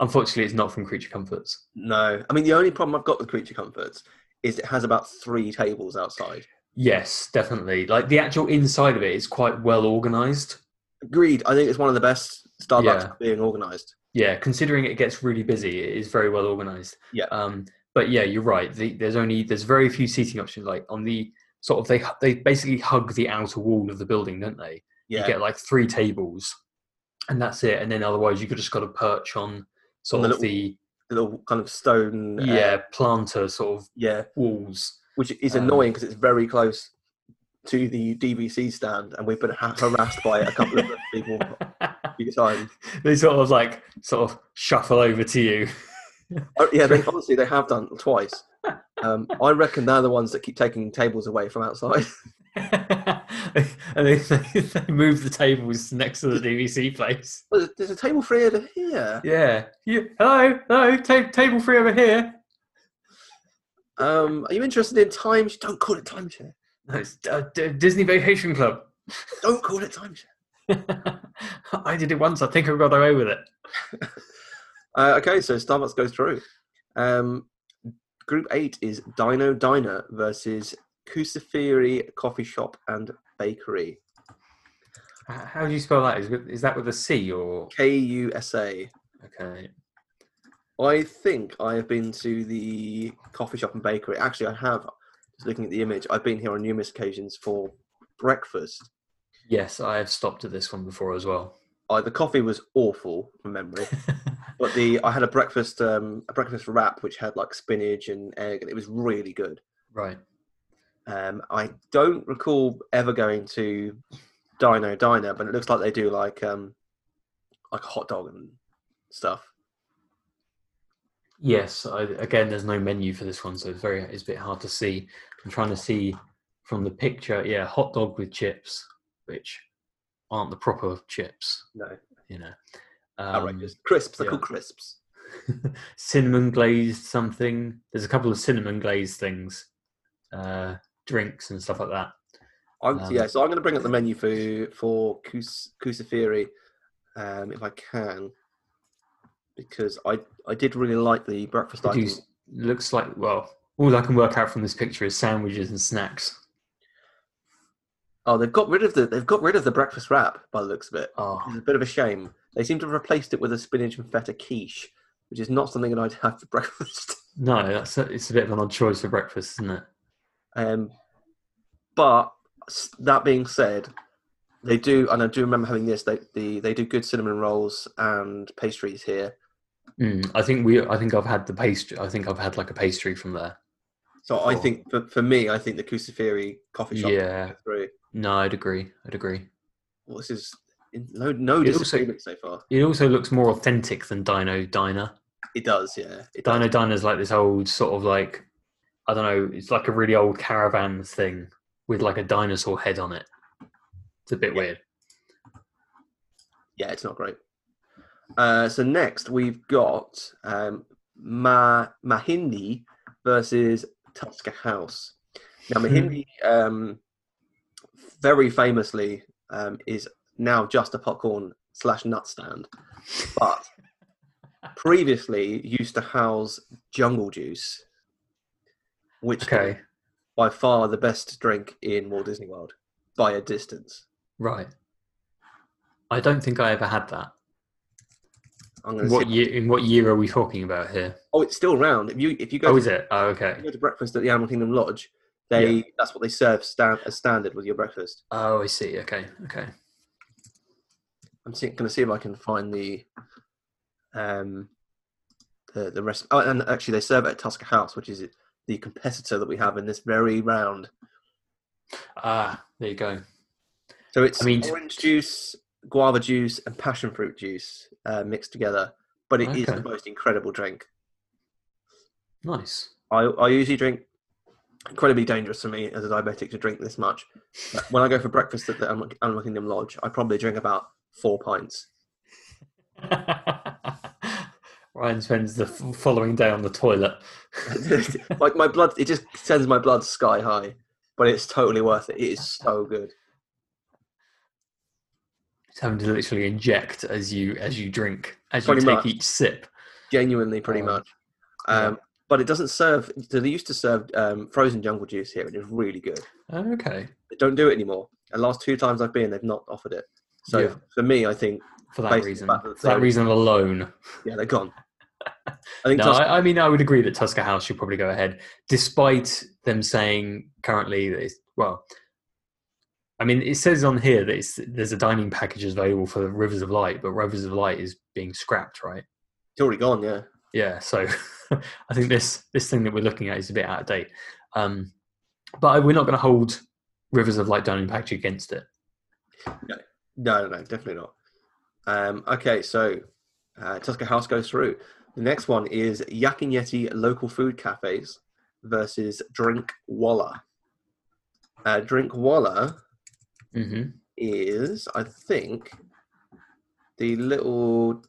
S2: Unfortunately, it's not from Creature Comforts.
S1: No, I mean the only problem I've got with Creature Comforts is it has about three tables outside.
S2: Yes, definitely. Like the actual inside of it is quite well organized.
S1: Agreed. I think it's one of the best Starbucks
S2: Yeah.
S1: being organised.
S2: Yeah, considering it gets really busy, it is very well organized.
S1: Yeah.
S2: Um, but yeah, you're right. The, there's only there's very few seating options. Like on the sort of they hu- they basically hug the outer wall of the building, don't they?
S1: Yeah,
S2: You get like three tables, and that's it. And then otherwise, you could just got to perch on sort
S1: On the
S2: of the
S1: the little kind of stone. uh,
S2: yeah planter sort of
S1: yeah,
S2: walls.
S1: which is
S2: Um,
S1: annoying because it's very close to the DVC stand, and we've been ha- harassed by a couple of people a few times.
S2: they sort of like sort of shuffle over to you.
S1: Oh, yeah, they honestly they have done twice. Um, I reckon they're the ones that keep taking tables away from outside.
S2: and they, they, they move the tables next to the DVC place.
S1: Well, There's a table free over here.
S2: Yeah. You, hello, hello, ta- table three over here.
S1: Um, are you interested in time? Don't call it timeshare.
S2: No, it's uh, D- Disney Vacation Club.
S1: Don't call it timeshare.
S2: I did it once. I think I got away with it.
S1: Uh, okay, so Starbucks goes through. Um, group eight is Dino Diner versus Kusafiri Coffee Shop and Bakery.
S2: H- How do you spell that? Is, with- is that with a C or?
S1: K U S A.
S2: Okay.
S1: I think I have been to the coffee shop and bakery. Actually, I have. Just looking at the image, I've been here on numerous occasions for breakfast.
S2: Yes, I have stopped at this one before as well.
S1: I, Uh, the coffee was awful from memory, but the I had a breakfast um, a breakfast wrap which had like spinach and egg, and it was really good.
S2: right.
S1: Um, I don't recall ever going to Dino Diner, but it looks like they do like um, like a hot dog and stuff.
S2: Yes. I, again, there's no menu for this one, so it's very it's a bit hard to see. I'm trying to see from the picture. Yeah, hot dog with chips, which aren't the proper chips.
S1: No,
S2: You know. Um,
S1: outrageous crisps. They're
S2: yeah.
S1: called crisps.
S2: Um, cinnamon glazed something. There's a couple of cinnamon glazed things, uh, drinks and stuff like that.
S1: I'm,
S2: Um,
S1: yeah, so I'm going to bring up the menu for for Kus, Kusafiri, um, if I can, because I I did really like the breakfast
S2: They do
S1: item.
S2: s- looks like well, all I can work out from this picture is sandwiches and snacks.
S1: Oh, they've got rid of the they've got rid of the breakfast wrap by the looks of it. It's
S2: Oh,
S1: a bit of a shame. They seem to have replaced it with a spinach and feta quiche, which is not something that I'd have for breakfast.
S2: no, that's a, it's a bit of an odd choice for breakfast, isn't it?
S1: Um, but s- that being said, they do, and I do remember having this. They the, they do good cinnamon rolls and pastries here.
S2: Mm, I think we. I think I've had the pastry. I think I've had like a pastry from there.
S1: So I
S2: Cool.
S1: think for, for me, I think the Kusafiri coffee shop.
S2: Yeah.
S1: Through.
S2: No, I'd agree. I'd agree.
S1: Well, this is in- no no
S2: It also-
S1: disagreement so far.
S2: It also looks more authentic than Dino Diner.
S1: It does, yeah. It does.
S2: Dino Diner's like this old sort of like I don't know, it's like a really old caravan thing with like a dinosaur head on it. It's a bit weird.
S1: Yeah, it's not great. Uh, so next we've got um, Ma Mahindi versus Tusker House. Now
S2: Hmm.
S1: Mahindi, um, very famously, um, is now just a popcorn slash nut stand, but previously used to house Jungle Juice, which is
S2: Okay.
S1: by far the best drink in Walt Disney World by a distance.
S2: Right. I don't think I ever had that.
S1: I'm
S2: In
S1: going to
S2: what
S1: say,
S2: year in what year are we talking about here?
S1: oh, it's still around. If you if you go
S2: Oh
S1: to
S2: is it? Oh okay.
S1: you go to breakfast at the Animal Kingdom Lodge, they that's what they serve stand, as standard with your breakfast.
S2: Oh I see. Okay. Okay.
S1: I'm see, going to see if I can find the um the the rest. Oh, and actually, they serve it at Tusker House, which is the competitor that we have in this very round.
S2: Ah, there you go.
S1: So it's
S2: I mean-
S1: orange juice, guava juice, and passion fruit juice uh, mixed together. But it is
S2: Okay.
S1: the most incredible drink.
S2: Nice.
S1: I, I usually drink incredibly dangerous for me as a diabetic to drink this much. But when I go for breakfast at the Animal- Animal Kingdom Lodge, I probably drink about four pints.
S2: Ryan spends the f- following day on the toilet.
S1: like my blood, it just sends my blood sky high, but it's totally worth it. It is so good.
S2: It's having to literally inject as you as you drink as you
S1: Pretty
S2: take
S1: much.
S2: each sip.
S1: genuinely pretty
S2: Um,
S1: much.
S2: yeah.
S1: Um, But it doesn't serve. So they used to serve um, frozen jungle juice here, and it's really good.
S2: Oh, okay.
S1: They don't do it anymore. And last two times I've been, they've not offered it. So
S2: Yeah.
S1: for me, I think
S2: For that
S1: Basically,
S2: reason,
S1: but
S2: for
S1: so-
S2: that reason alone.
S1: yeah, they're gone. I think
S2: No,
S1: Tuscan-
S2: I, I mean, I would agree that Tusker House should probably go ahead, despite them saying currently that it's, well, I mean, it says on here that it's, there's a dining package available for Rivers of Light, but Rivers of Light is being scrapped, right?
S1: it's already gone. Yeah,
S2: Yeah, so I think this this thing that we're looking at is a bit out of date. Um, but we're not going to hold Rivers of Light dining package against it.
S1: no, no, no, definitely not. Um, okay, so uh, Tusker House goes through. The next one is Yak and Yeti local food cafes versus Drink Walla. Uh, Drink Walla
S2: hmm
S1: Mm-hmm. is, I think, the little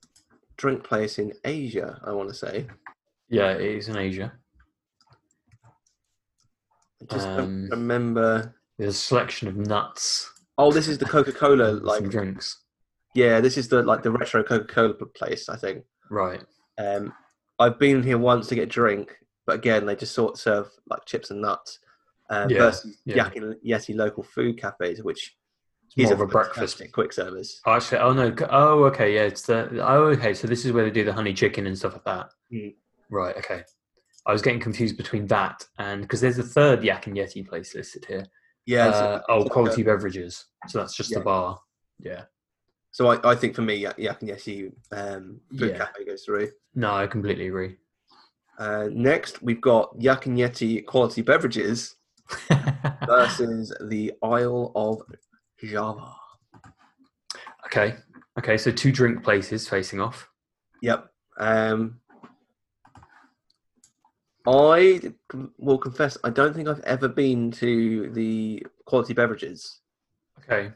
S1: drink place in Asia. I want to say.
S2: Yeah, it is in Asia.
S1: I just
S2: Um,
S1: don't remember.
S2: There's a selection of nuts,
S1: Oh, this is the Coca Cola.
S2: and
S1: Like,
S2: some drinks.
S1: yeah, this is the like the retro Coca Cola place. I think.
S2: Right.
S1: Um, I've been here once to get a drink, but again, they just sort of serve like chips and nuts. Uh,
S2: Yeah,
S1: versus
S2: yeah.
S1: Yak and Yeti local food cafes, which
S2: It's more
S1: is
S2: of a breakfast.
S1: fantastic quick service.
S2: Oh, Actually, oh no. c- Oh, okay. Yeah, it's the. Oh, okay. So this is where they do the honey chicken and stuff like that.
S1: Mm.
S2: Right. Okay. I was getting confused between that and because there's a third Yak and Yeti place listed here.
S1: Yeah. so-
S2: Uh, oh, quality beverages. So that's just
S1: Yeah.
S2: the bar. Yeah.
S1: So I, I think for me, Yak Yak and Yeti um, food
S2: Yeah.
S1: cafe goes through.
S2: No, I completely agree.
S1: Uh, next, we've got Yak and Yeti quality beverages versus the Isle of Java.
S2: okay. Okay. So two drink places facing off.
S1: Yep. Um, I will confess, I don't think I've ever been to the quality beverages.
S2: Okay.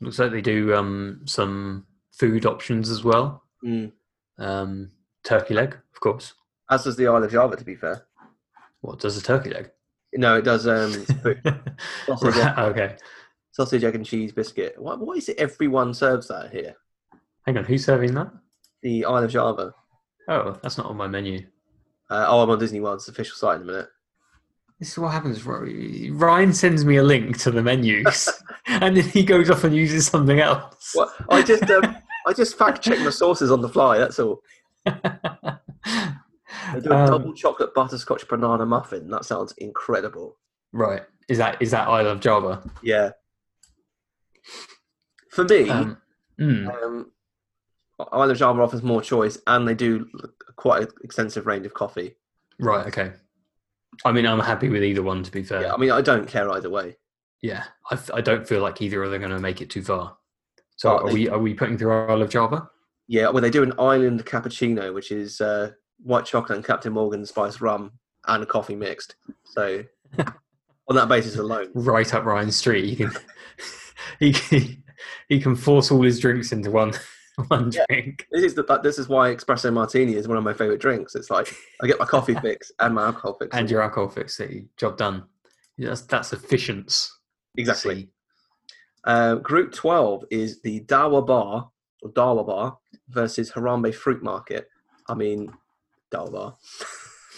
S2: Looks like they do um, some food options as well. Um, turkey leg, of course.
S1: As does the Isle of Java, to be fair.
S2: What does a turkey leg?
S1: No, it does. Um, food. Sausage, egg,
S2: okay.
S1: sausage, egg, and cheese biscuit. Why, why is it everyone serves that here?
S2: Hang on, who's serving that?
S1: The Isle of Java.
S2: Oh, that's not on my menu.
S1: Uh, oh, I'm on Disney World's official site in a minute.
S2: This is what happens. Ry- Ryan sends me a link to the menus, and then he goes off and uses something else.
S1: What? I just, um, I just fact check my sources on the fly. That's all. They do a
S2: Um,
S1: double chocolate butterscotch banana muffin. That sounds incredible.
S2: right? Is that is that I love Java?
S1: Yeah. For me, um,
S2: Um, mm,
S1: Isle of Java offers more choice, and they do l- quite an extensive range of coffee.
S2: right. Okay. I mean, I'm happy with either one. To be fair,
S1: Yeah, I mean, I don't care either way.
S2: yeah. I, f- I don't feel like either of them are going to make it too far. So
S1: Oh,
S2: are
S1: they-
S2: we are we putting through Isle of Java?
S1: Yeah, well, they do an island cappuccino, which is uh, white chocolate and Captain Morgan spice rum and coffee mixed. So, on that basis alone,
S2: Right up Ryan's street. He can he can, he can force all his drinks into one one
S1: Yeah.
S2: drink.
S1: this is the, but this is why espresso martini is one of my favorite drinks. It's like I get my coffee fix and my alcohol fix,
S2: and your alcohol fix it. Job done. Yeah, That's that's efficiency.
S1: exactly. Uh, group 12 is the Dawa Bar or Dawa Bar versus Harambe Fruit Market. I mean, Dawa Bar.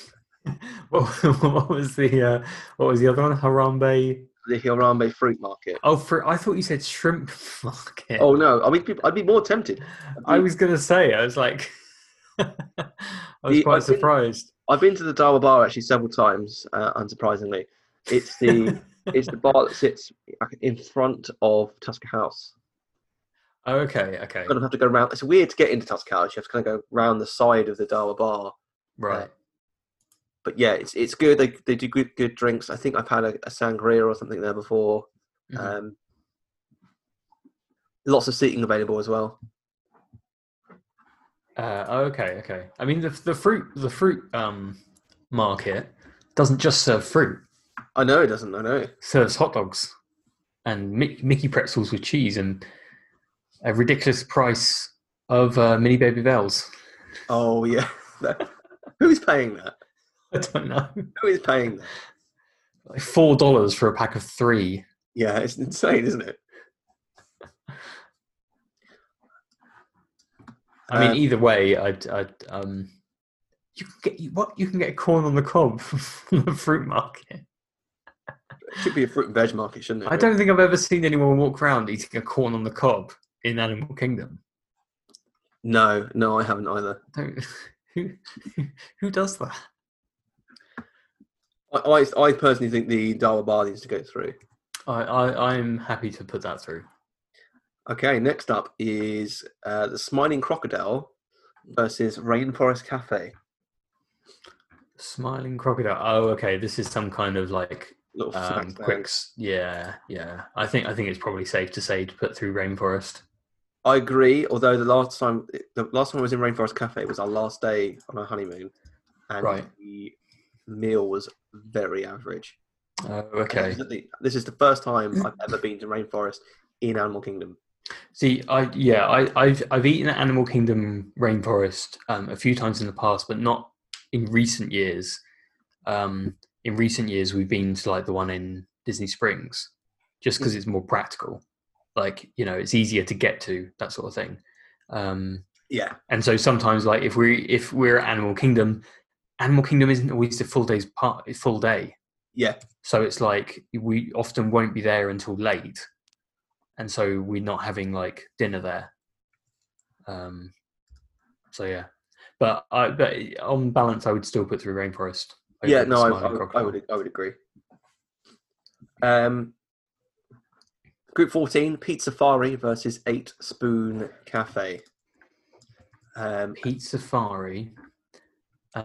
S2: What, what was the uh, what was the other one? Harambe.
S1: The Harambe Fruit Market.
S2: Oh, for I thought you said shrimp market.
S1: Oh no, I mean, people, I'd be more tempted.
S2: I was gonna say. I was like, I was
S1: The- I
S2: quite
S1: think-
S2: surprised.
S1: I've been to the Dawa Bar actually several times, uh, unsurprisingly. It's the it's the bar that sits in front of Tusker House.
S2: Oh, okay, okay,
S1: You kind of have to go round. It's weird to get into Tusker House. You have to kind of go round the side of the Dawa Bar.
S2: right.
S1: But yeah, it's it's good. They they do good good drinks. I think I've had a, a sangria or something there before.
S2: Mhm.
S1: Um, lots of seating available as well.
S2: Uh, okay, okay. I mean, the the fruit the fruit um market doesn't just serve fruit.
S1: I know it doesn't. I know.
S2: serves hot dogs and Mi- Mickey pretzels with cheese and a ridiculous price of uh, mini baby bells.
S1: Oh yeah. Who's paying that?
S2: I don't know,
S1: Who is paying that?
S2: like four dollars for a pack of three.
S1: Yeah, it's insane, isn't it?
S2: I mean,
S1: Um,
S2: either way, I'd, I'd um, you can get you, what you can get corn on the cob from the fruit market.
S1: should be a fruit and veg market, shouldn't it?
S2: I don't think I've ever seen anyone walk around eating a corn on the cob in Animal Kingdom.
S1: No, no, I haven't either.
S2: Don't, who who does that?
S1: I, I, I personally think the Dawa bar needs to go through.
S2: I, I I'm happy to put that through.
S1: Okay, next up is uh, the Smiling Crocodile versus Rainforest Cafe.
S2: Smiling crocodile. Oh, okay. This is some kind of like
S1: Little snack
S2: um,
S1: stand.
S2: quicks. Yeah, yeah. I think I think it's probably safe to say to put through rainforest.
S1: I agree. Although the last time, the last time I was in Rainforest Cafe was our last day on our honeymoon, and
S2: Right.
S1: the meal was very average.
S2: Oh,
S1: And
S2: okay.
S1: This is, the, this is the first time I've ever been to Rainforest in Animal Kingdom.
S2: See, I yeah, I, I've I've eaten at Animal Kingdom Rainforest um, a few times in the past, but not in recent years. Um, in recent years, we've been to like the one in Disney Springs, just because it's more practical. Like you know, it's easier to get to that sort of thing. Um,
S1: Yeah,
S2: and so sometimes, like if we if we're at Animal Kingdom, Animal Kingdom isn't always a full day's part full day.
S1: yeah,
S2: So it's like we often won't be there until late, and so we're not having like dinner there. Um, so yeah, but I but on balance, I would still put through rainforest. over
S1: yeah.
S2: the
S1: No, I,
S2: Smiling
S1: I, would- I
S2: Crocodile.
S1: would, I would agree. Um, group fourteen: Pete Safari versus Eight Spoon Cafe. Um,
S2: Pete Safari.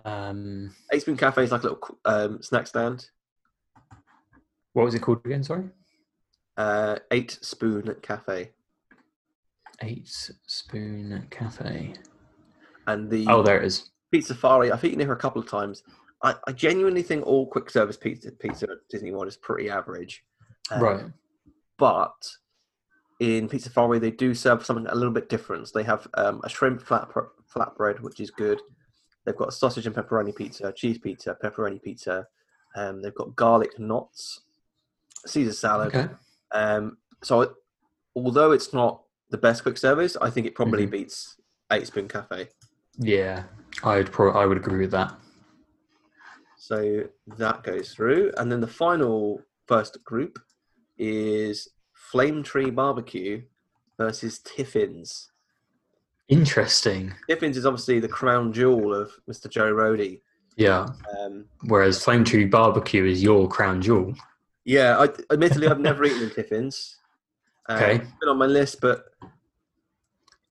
S2: Um,
S1: Eight Spoon Cafe is like a little um, snack stand.
S2: what was it called again? Sorry,
S1: Uh, Eight Spoon Cafe,
S2: Eight Spoon Cafe.
S1: and the
S2: Oh, there it is.
S1: Pizza Safari. I've eaten here a couple of times. I, I genuinely think all quick service pizza pizza at Disney World is pretty average. Um,
S2: Right.
S1: But in Pizza Safari, they do serve something a little bit different. So they have um, a shrimp flat flatbread, which is good. They've got sausage and pepperoni pizza, cheese pizza, pepperoni pizza. Um, they've got garlic knots, Caesar salad.
S2: Okay.
S1: Um, so I- although it's not the best quick service, I think it probably
S2: Mhm.
S1: beats Eight Spoon Cafe.
S2: Yeah, I would pro- I would agree with that.
S1: So that goes through. And then the final first group is Flame Tree Barbecue versus Tiffins.
S2: Interesting.
S1: Tiffins is obviously the crown jewel of Mr. Joe Rohde.
S2: Yeah.
S1: Um,
S2: Whereas Flame Tree Barbecue is your crown jewel.
S1: yeah, I, admittedly, I've never eaten in Tiffins. Um,
S2: Okay.
S1: It's been on my list, but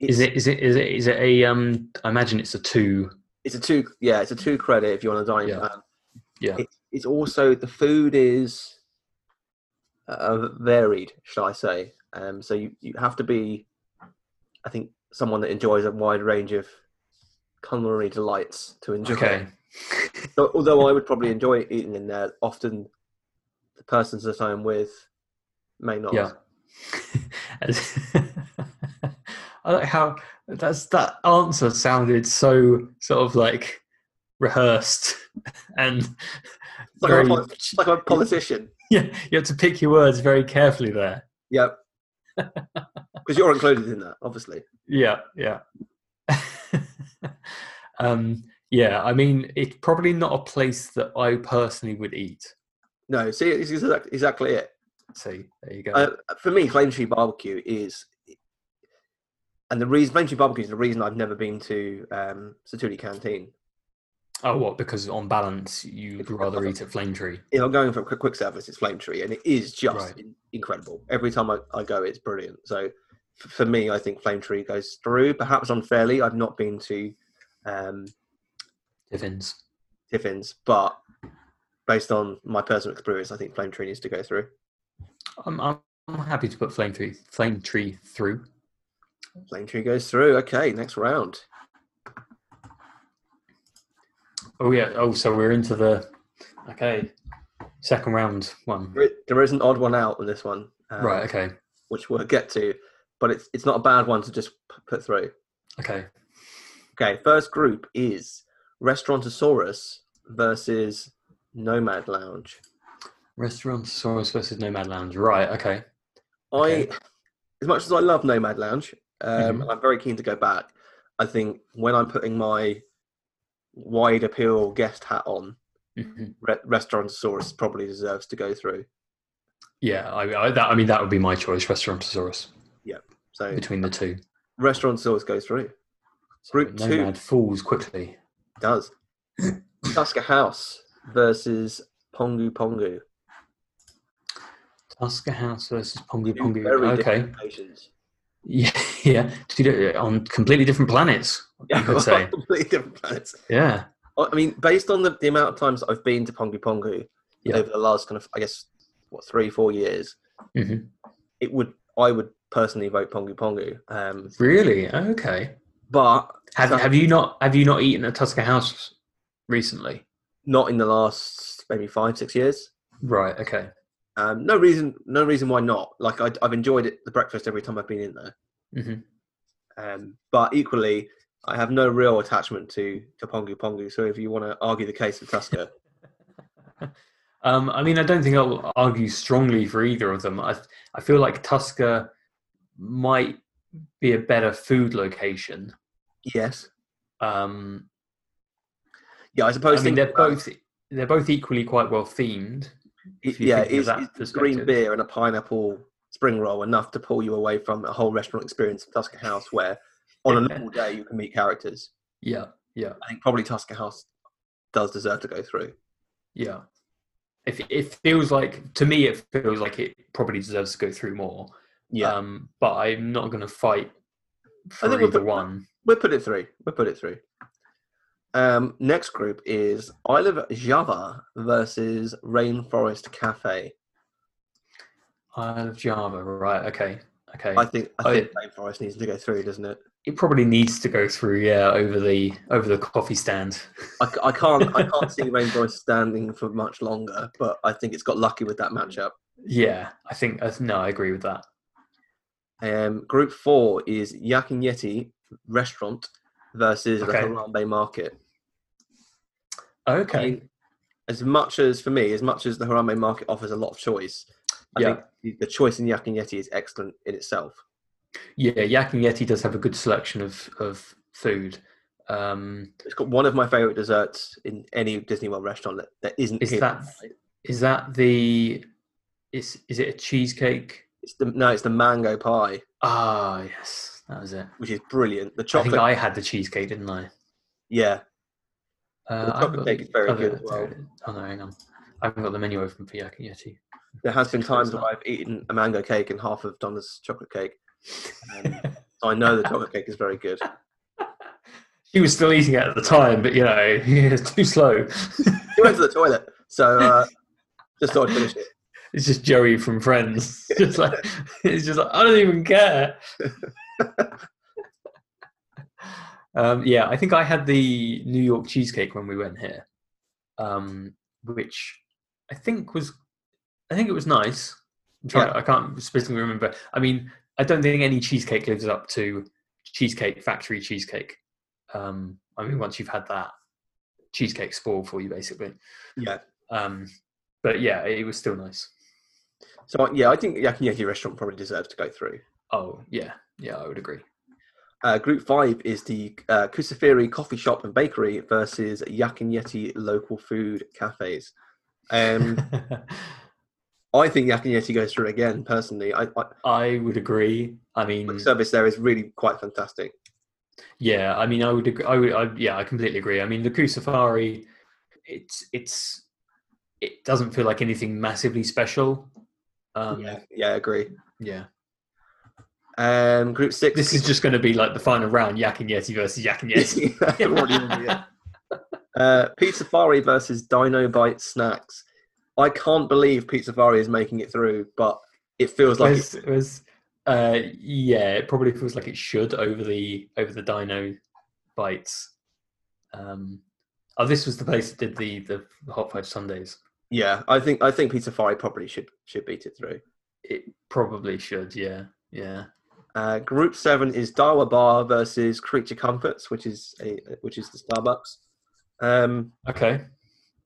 S2: Is
S1: it's-
S2: it is it is it is it a um? I imagine it's a two.
S1: It's a two. Yeah, it's a two credit if you're on a dining
S2: Yeah.
S1: plan.
S2: Yeah.
S1: It, it's also the food is uh, varied, shall I say? Um, so you, you have to be, I think, someone that enjoys a wide range of culinary delights to enjoy.
S2: Okay.
S1: Though- Although I would probably enjoy eating in there, often the persons that I'm with may not.
S2: Yeah. As- I like how that's that answer sounded so sort of like rehearsed and
S1: It's like,
S2: very,
S1: I'm, a poli- it's like I'm a politician.
S2: yeah, you have to pick your words very carefully there.
S1: Yep. Because you're included in that, obviously.
S2: Yeah, yeah. um, yeah, I mean, it's probably not a place that I personally would eat.
S1: No, see, it's exact- exactly it.
S2: See, there you go.
S1: Uh, for me, Flame Tree Barbecue is, and the reason Flame Tree Barbecue is the reason I've never been to um, Satuli Canteen.
S2: oh, what? Because on balance, you'd
S1: It's-
S2: rather eat at Flame Tree.
S1: If I'm going for a quick, quick service, it's Flame Tree, and it is just
S2: Right.
S1: in- incredible. Every time I, I go, it's brilliant. So f- for me, I think Flame Tree goes through. Perhaps unfairly, I've not been to um,
S2: Tiffins.
S1: Tiffins, but based on my personal experience, I think Flame Tree needs to go through.
S2: I'm, I'm I'm happy to put Flame Tree Flame Tree through.
S1: Flame Tree goes through. Okay, next round.
S2: Oh yeah. Oh, so we're into the okay second round one.
S1: There i- There is an odd one out on this one. Um,
S2: Right. Okay.
S1: which we'll get to, but it's it's not a bad one to just p- put through.
S2: Okay.
S1: Okay, first group is Restaurantosaurus versus Nomad Lounge.
S2: Restaurant Soros versus Nomad Lounge. Right. Okay.
S1: I,
S2: Okay.
S1: as much as I love Nomad Lounge, um,
S2: Mhm.
S1: and I'm very keen to go back. I think when I'm putting my wide appeal guest hat on,
S2: Mhm.
S1: re- Restaurantosaurus probably deserves to go through.
S2: yeah, I, I, that, I mean, that would be my choice, Restaurantosaurus,
S1: So
S2: between the two.
S1: Restaurantosaurus goes through.
S2: So
S1: Group two.
S2: Nomad falls quickly.
S1: does. Tusker House versus Pongu Pongu.
S2: Tusker House versus Pongu
S1: Two
S2: Pongu.
S1: very
S2: Okay.
S1: different locations.
S2: Yeah, yeah. Two di- on completely different planets. I could say.
S1: completely different planets.
S2: Yeah.
S1: I I mean, based on the, the amount of times I've been to Pongu Pongu
S2: Yeah.
S1: over the last kind of, I guess, what three, four years,
S2: Mhm.
S1: it would I would personally vote Pongu Pongu. Um,
S2: Really? Okay.
S1: but
S2: Have
S1: So-
S2: Have you not Have you not eaten at Tusker House recently?
S1: not in the last maybe five, six years.
S2: Right. Okay.
S1: Um, no reason, no reason why not. Like I, I've enjoyed it, the breakfast every time I've been in there.
S2: Mhm.
S1: Um, but equally, I have no real attachment to to Pongu Pongu. So if you want to argue the case for Tusker,
S2: Um, I mean, I don't think I'll argue strongly for either of them. I I feel like Tusker might be a better food location.
S1: yes,
S2: Um,
S1: yeah, I
S2: I
S1: suppose.
S2: mean, they're
S1: thinking about-
S2: both they're both equally quite well themed. if you
S1: yeah,
S2: think of
S1: is,
S2: that
S1: is the green
S2: perspective.
S1: beer and a pineapple spring roll enough to pull you away from a whole restaurant experience of Tusker House, where on a normal day you can meet characters?
S2: Yeah. Yeah.
S1: I think probably Tusker House does deserve to go through.
S2: Yeah. If it feels like to me, it feels like it probably deserves to go through more.
S1: Yeah,
S2: Um, but I'm not going to fight for
S1: think we'll
S2: either
S1: put-
S2: one.
S1: we'll put it through. We'll put it through. Um, next group is Isle of Java versus Rainforest Cafe.
S2: Isle of Java, right? Okay. Okay.
S1: I think I
S2: Oh,
S1: think Rainforest needs to go through, doesn't it?
S2: it probably needs to go through, yeah, over the over the coffee stand.
S1: I, c- I can't I can't see Rainforest standing for much longer, but I think it's got lucky with that
S2: Hmm.
S1: matchup.
S2: yeah, I think I th- no, I agree with that.
S1: Um, group four is Yak and Yeti Restaurant versus the
S2: Okay.
S1: Harambe Market.
S2: Okay.
S1: I mean, as much as for me, as much as the Harambe Market offers a lot of choice, I
S2: yeah.
S1: think the- the choice in Yak and Yeti is excellent in itself.
S2: Yeah, Yak and Yeti does have a good selection of of food. Um
S1: It's got one of my favorite desserts in any Disney World restaurant that, that isn't
S2: is
S1: here.
S2: that is that the is is it a cheesecake?
S1: It's the, no, it's the mango pie,
S2: Ah, yes, that was it.
S1: which is brilliant. The
S2: I think
S1: chocolate,
S2: I had the cheesecake, didn't I?
S1: yeah,
S2: Uh,
S1: The
S2: I've
S1: chocolate
S2: got
S1: cake
S2: the
S1: is very
S2: other-
S1: good as well.
S2: Oh no, hang on. I haven't got the menu open for Yak and Yeti.
S1: There has been
S2: Six months
S1: times where
S2: now.
S1: I've eaten a mango cake and half of Donna's chocolate cake. Um, so I know the chocolate cake is very good.
S2: She was still eating it at the time, but you know, it's too slow.
S1: She went to the toilet, so uh, just thought I'd finish it.
S2: It's just Joey from Friends. Just like it's just like I don't even care. um, yeah, I think I had the New York cheesecake when we went here, um, which I think was I think it was nice. I'm trying, I can't specifically remember. I mean, I don't think any cheesecake lives up to Cheesecake Factory cheesecake. Um, I mean, once you've had that, cheesecake spoiled for you basically.
S1: Yeah.
S2: Um, but yeah, it was still nice.
S1: So I- yeah, I think Yak and Yeti restaurant probably deserves to go through.
S2: Oh yeah, yeah, I would agree.
S1: Uh, group five is the uh, Kusafiri Coffee Shop and Bakery versus Yak and Yeti local food cafes. Um, I think Yak and Yeti goes through again. Personally, I, I,
S2: I would agree. I
S1: the
S2: mean,
S1: service there is really quite fantastic.
S2: yeah, I mean, I would agree. I would, I, yeah, I completely agree. I mean, the Kusafari, it's it's it doesn't feel like anything massively special. Um,
S1: yeah, yeah, I agree.
S2: yeah.
S1: Um, group six.
S2: This is just going to be like the final round: Yak and Yeti versus Yak and Yeti.
S1: I've already remembered it. Uh, Pete Safari versus Dino Bite Snacks. I can't believe Pete Safari is making it through, but it feels like
S2: was, was, uh, yeah, it probably feels like it should over the over the Dino bites. Um, oh, this was the place that did the the hot fudge Sundays.
S1: yeah. I think I think Pete Safari probably should should beat it through.
S2: It probably should. Yeah, yeah.
S1: Uh, group seven is Dawa Bar versus Creature Comforts, which is a which is the Starbucks. Um,
S2: Okay.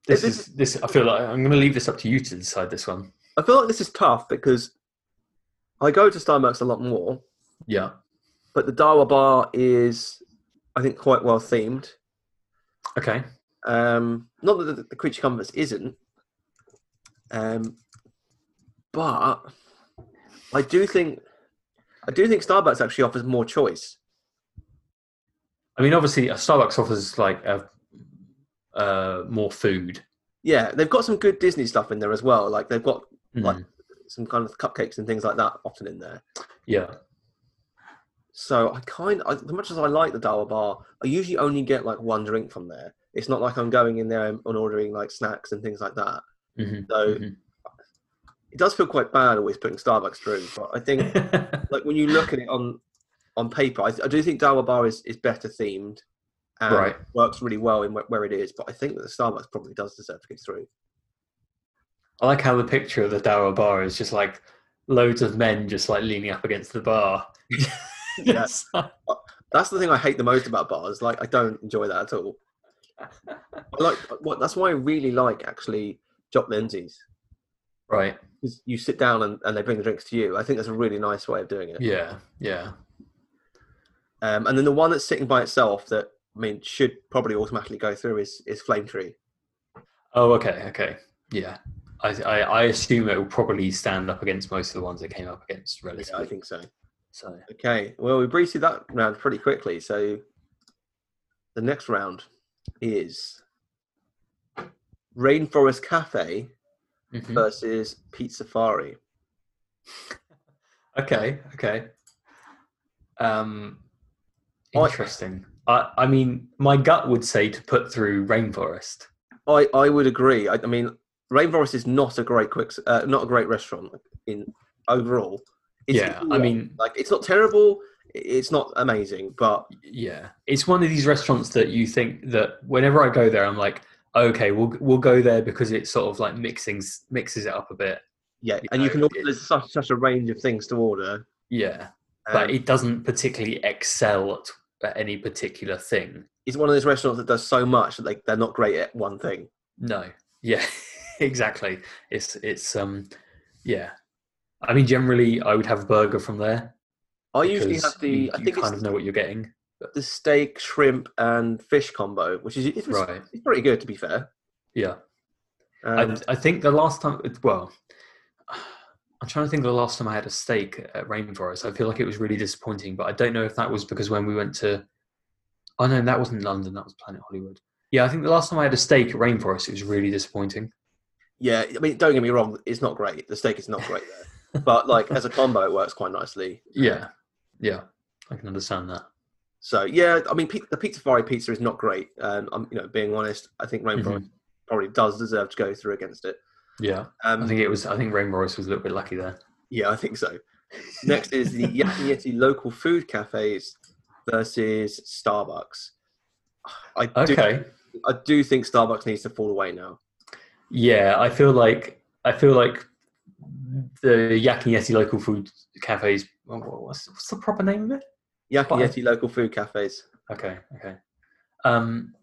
S2: This
S1: this
S2: is this. I feel like I'm going to leave this up to you to decide this one.
S1: I feel like this is tough because I go to Starbucks a lot more,
S2: Yeah.
S1: but the Dawa Bar is I think, quite well themed.
S2: Okay.
S1: Um, not that the, the creature comforts isn't, um, but I do think I do think Starbucks actually offers more choice.
S2: I mean, obviously, uh, Starbucks offers like a, uh, more food.
S1: Yeah, they've got some good Disney stuff in there as well. Like they've got Like-
S2: Mm,
S1: some kind of cupcakes and things like that often in there.
S2: yeah.
S1: So I kind of, as much as I like the Dawa Bar, I usually only get like one drink from there. It's not like I'm going in there and and ordering like snacks and things like that.
S2: Mhm,
S1: So
S2: mhm.
S1: it does feel quite bad always putting Starbucks through, but I think like when you look at it on on paper, I, I do think Dawa Bar is, is better themed and
S2: Right.
S1: works really well in wh- where it is. But I think that the Starbucks probably does deserve to get through.
S2: I like how the picture of the Darrow bar is just like loads of men just like leaning up against the bar. yes.
S1: That's the thing I hate the most about bars. Like I don't enjoy that at all. I like what that's why I really like actually Jock Lindsay's
S2: Right.
S1: because you sit down and, and they bring the drinks to you. I think that's a really nice way of doing it.
S2: Yeah. Yeah.
S1: Um, and then the one that's sitting by itself that I mean should probably automatically go through is is Flame Tree.
S2: Oh, okay. Okay. Yeah. I, I, I assume it will probably stand up against most of the ones it came up against
S1: Yeah,
S2: relatively.
S1: I think so.
S2: So,
S1: Okay, well we breezed through that round pretty quickly. So the next round is Rainforest Cafe
S2: mhm.
S1: versus Pete Safari.
S2: okay. Okay. Um,
S1: I-
S2: interesting. I, I mean, my gut would say to put through Rainforest.
S1: I, I would agree. I, I mean, Rainforest is not a great quick, uh, not a great restaurant in overall.
S2: yeah. I mean,
S1: like it's not terrible. i- It's not amazing, but
S2: Yeah, it's one of these restaurants that you think that whenever I go there, I'm like, okay, we'll we'll go there because it sort of like mixings mixes it up a bit.
S1: yeah.
S2: You
S1: And you
S2: know,
S1: can order
S2: it-
S1: there's such such a range of things to order.
S2: Yeah,
S1: Um,
S2: but it doesn't particularly excel at, at any particular thing.
S1: it's one of those restaurants that does so much that they, they're not great at one thing.
S2: No, yeah, exactly. It's it's um, yeah. I mean, generally, I would have a burger from there.
S1: I usually
S2: because
S1: have the
S2: you,
S1: I
S2: you
S1: think it's
S2: kind of know what you're getting,
S1: the steak, shrimp, and fish combo, which is it's, it's
S2: right?
S1: pretty good to be fair.
S2: Yeah.
S1: Um,
S2: I, I think the last time, well, I'm trying to think of the last time I had a steak at Rainforest. I feel like it was really disappointing, but I don't know if that was because when we went to, oh no, that wasn't London, that was Planet Hollywood. Yeah, I think the last time I had a steak at Rainforest, it was really disappointing.
S1: yeah, I mean, don't get me wrong, it's not great. The steak is not great there, but like as a combo, it works quite nicely.
S2: Yeah, yeah, I can understand that.
S1: So yeah, I mean, pe- the pizza fari pizza is not great. Um, I'm, you know, being honest, I think Rainforest
S2: Mm-hmm.
S1: probably does deserve to go through against it.
S2: Yeah,
S1: Um,
S2: I think it was. I think Rainforest was a little bit lucky there.
S1: yeah, I think so. Next is the Yak and Yeti local food cafes versus Starbucks. I do,
S2: Okay.
S1: I do think Starbucks needs to fall away now.
S2: Yeah, I feel like I feel like the Yak and Yeti local food cafes. what- what- What's, what's the proper name of it?
S1: Yak and
S2: Why?
S1: Yeti local food cafes.
S2: Okay, okay. Um,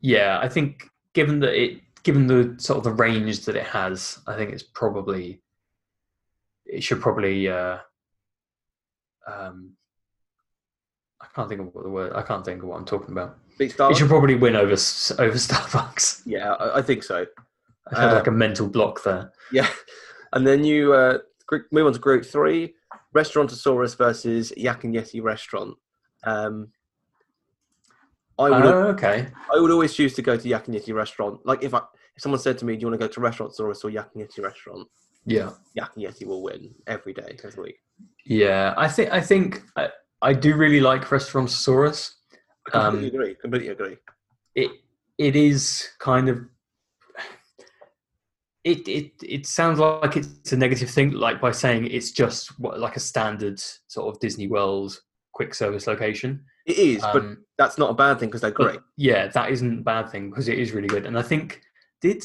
S2: yeah, I think given that it, given the sort of the range that it has, I think it's probably it should probably. Uh, um, I can't think of what the word. I can't think of what I'm talking about.
S1: Beat
S2: It
S1: Starbucks.
S2: should probably win over s- over Starbucks.
S1: Yeah, I, I think so.
S2: I had like a
S1: Um,
S2: mental block there.
S1: Yeah, and then you uh, gr- move on to Group Three: Restaurantosaurus versus Yak and Yeti Restaurant. Um, I would
S2: Oh, okay.
S1: I would always choose to go to Yak and Yeti Restaurant. Like if I if someone said to me, "Do you want to go to Restaurantosaurus or Yak and Yeti Restaurant?"
S2: Yeah.
S1: Yak and Yeti will win every day, every week.
S2: Yeah, I think I think I, I do really like Restaurantosaurus.
S1: I
S2: Um,
S1: completely agree. Completely agree.
S2: it it is kind of it it it sounds like it's a negative thing like by saying it's just what, like a standard sort of disney world quick service location
S1: It is, but
S2: um,
S1: that's not a bad thing because they're
S2: but
S1: great.
S2: yeah that isn't a bad thing because it is really good and i think did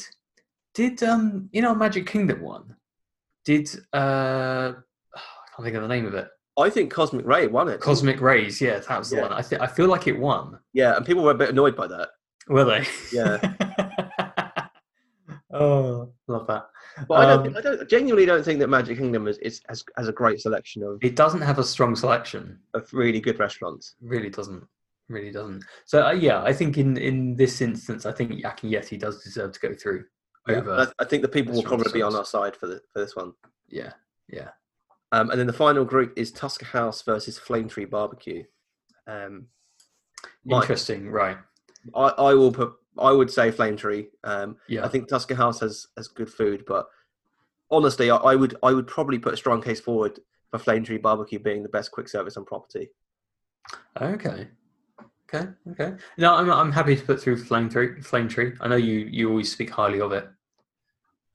S2: did um in our magic kingdom one did uh i can't think of the name of it
S1: I think Cosmic Ray won it.
S2: cosmic rays yeah that was the
S1: Yeah.
S2: one i think i feel like it won
S1: yeah, and people were a bit annoyed by that.
S2: were they
S1: Yeah.
S2: oh love that
S1: But I, don't,
S2: Um,
S1: think- I don't genuinely don't think that Magic Kingdom is, is has, has a great selection of,
S2: It doesn't have a strong selection.
S1: of really good restaurants.
S2: Really doesn't. really doesn't. So uh, yeah, I think in in this instance, I think Yak and Yeti does deserve to go through. Over.
S1: I, I think the people will
S2: Restaurant
S1: probably be on
S2: service.
S1: our side for the, for this one.
S2: Yeah, yeah.
S1: Um, and then the final group is Tusker House versus Flame Tree Barbecue. Um, Mike.
S2: Interesting, right?
S1: I, I will put. I would say Flame Tree. Um,
S2: Yeah,
S1: I think Tusker House has has good food, but honestly, I, I would I would probably put a strong case forward for Flame Tree Barbecue being the best quick service on property.
S2: Okay. Okay. Okay. No, I'm I'm happy to put through flame tree. Flame tree. I know you you always speak highly of it.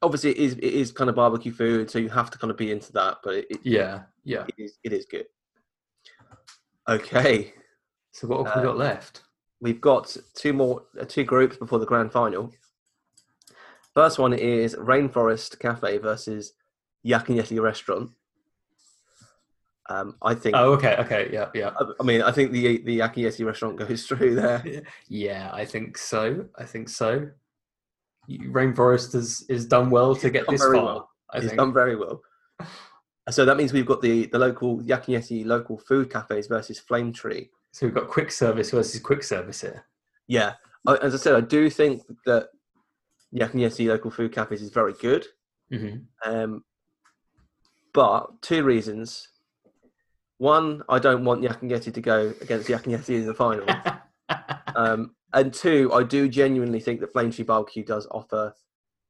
S1: Obviously, it is it is kind of barbecue food, so you have to kind of be into that. But it, it,
S2: Yeah. Yeah.
S1: it is it is good. Okay,
S2: So what have we
S1: Uh,
S2: got left?
S1: we've got two more uh, two groups before the grand final. First one is Rainforest Cafe versus Yak and Yeti Restaurant. Um, I think.
S2: Oh, okay. Okay. Yeah. Yeah.
S1: I I mean, I think the the Yak and Yeti restaurant goes through there.
S2: Yeah. I think so. I think so. You- Rainforest has is done well to get
S1: done
S2: this
S1: very
S2: far.
S1: well.
S2: I
S1: He's
S2: think.
S1: done very well. So that means we've got the the local Yak and Yeti local food cafes versus Flame Tree.
S2: So we've got quick service versus quick service here.
S1: Yeah, I, as I said, I do think that Yak and Yeti local food cafes is very good.
S2: hmm
S1: Um, but two reasons. One, I don't want Yak and Yeti to go against Yak and Yeti in the final. um, and two, I do genuinely think that Flame Tree Barbecue does offer,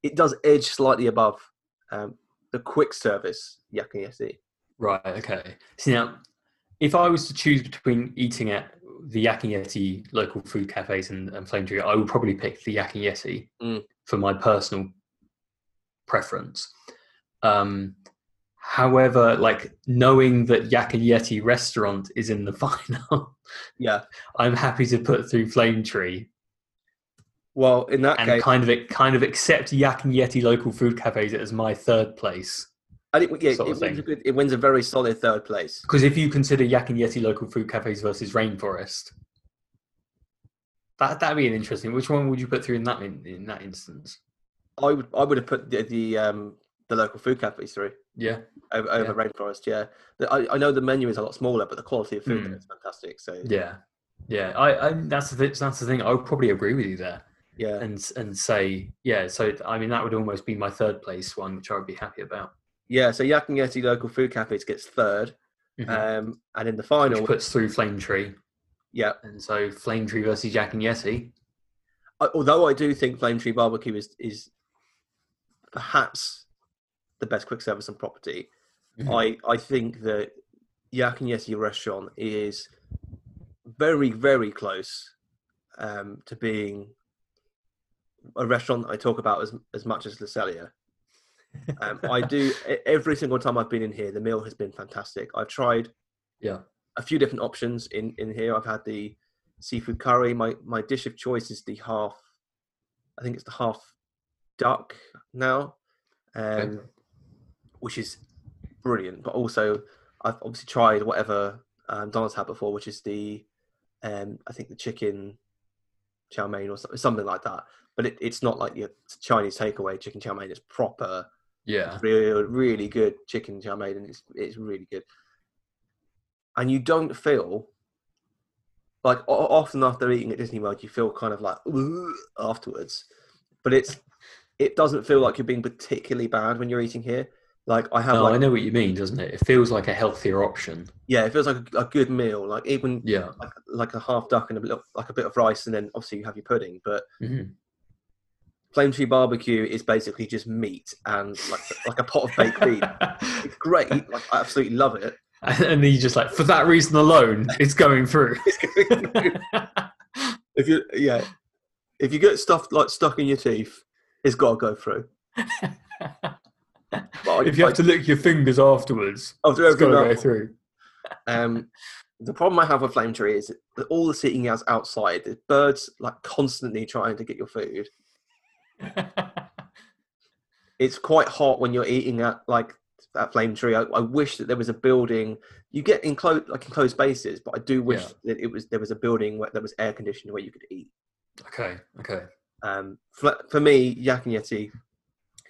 S1: it does edge slightly above um, the quick service Yak and Yeti.
S2: Right. Okay. So now, if I was to choose between eating at the Yak and Yeti local food cafes and, and Flame Tree, I would probably pick the Yak and Yeti
S1: Mm.
S2: for my personal preference. Um, however, like knowing that Yak and Yeti restaurant is in the final,
S1: Yeah.
S2: I'm happy to put through Flame Tree
S1: Well, in that
S2: and
S1: case,
S2: kind of kind of accept Yak and Yeti local food cafes as my third place.
S1: I think yeah,
S2: sort
S1: it,
S2: of
S1: wins a
S2: thing.
S1: good, it wins a very solid third place.
S2: Because if you consider Yak and Yeti local food cafes versus Rainforest, that that'd be an interesting. Which one would you put through in that in, in that instance?
S1: I would I would have put the the, um, the local food cafes through
S2: Yeah,
S1: over, over rainforest. Yeah, The- I, I know the menu is a lot smaller, but the quality of food
S2: Mm.
S1: there is fantastic. So
S2: yeah, yeah. I, I that's the thi- that's the thing. I would probably agree with you there,
S1: yeah,
S2: and s- and say yeah. So I mean, that would almost be my third place one, which I would be happy about.
S1: yeah. So Yak and Yeti local food cafes gets 3rd
S2: Mhm.
S1: um, and in the
S2: which
S1: final,
S2: puts through Flame Tree,
S1: yeah.
S2: and so Flame Tree versus Yak and Yeti.
S1: I, although I do think Flame Tree Barbecue is is perhaps the best quick service on property.
S2: Mhm.
S1: I I think that Yak and Yeti restaurant is very very close um, to being a restaurant that I talk about as as much as La Celia. Um, I do e- every single time I've been in here, the meal has been fantastic. I've tried
S2: Yeah.
S1: a few different options in in here. I've had the seafood curry. My my dish of choice is the half. I think it's the half duck now, um,
S2: Okay.
S1: which is brilliant. But also, I've obviously tried whatever um, Donald's had before, which is the um, I think the chicken chow mein or so- something like that. But it, it's not like your Chinese takeaway chicken chow mein. It's proper
S2: Yeah,
S1: real, really good chicken chow mein, and it's it's really good. And you don't feel like o- often after eating at Disney World, you feel kind of like "Ugh," afterwards, but it's it doesn't feel like you're being particularly bad when you're eating here. Like I have,
S2: no,
S1: like,
S2: I know what you mean, doesn't it? It feels like a healthier option.
S1: yeah, it feels like a, a good meal. Like even
S2: Yeah.
S1: like like a half duck and a little, like a bit of rice, and then obviously you have your pudding. But
S2: hmm
S1: Flame Tree Barbecue is basically just meat and like like a pot of baked beans. It's great. Like I absolutely love it.
S2: and then you just like for that reason alone it's going through
S1: if you yeah if you get stuff like stuck in your teeth it's got to go through But I-
S2: if you have to lick your fingers afterwards
S1: after
S2: it's
S1: every
S2: got to go
S1: mouthful.
S2: through
S1: um the problem i have with flame tree is that all the seating is outside the birds like constantly trying to get your food it's quite hot when you're eating at like at flame tree I, I wish that there was a building you get enclosed like enclosed spaces but i do wish
S2: Yeah.
S1: that it was there was a building where there was air conditioned where you could eat
S2: okay okay
S1: Um, for, for me, Yak and Yeti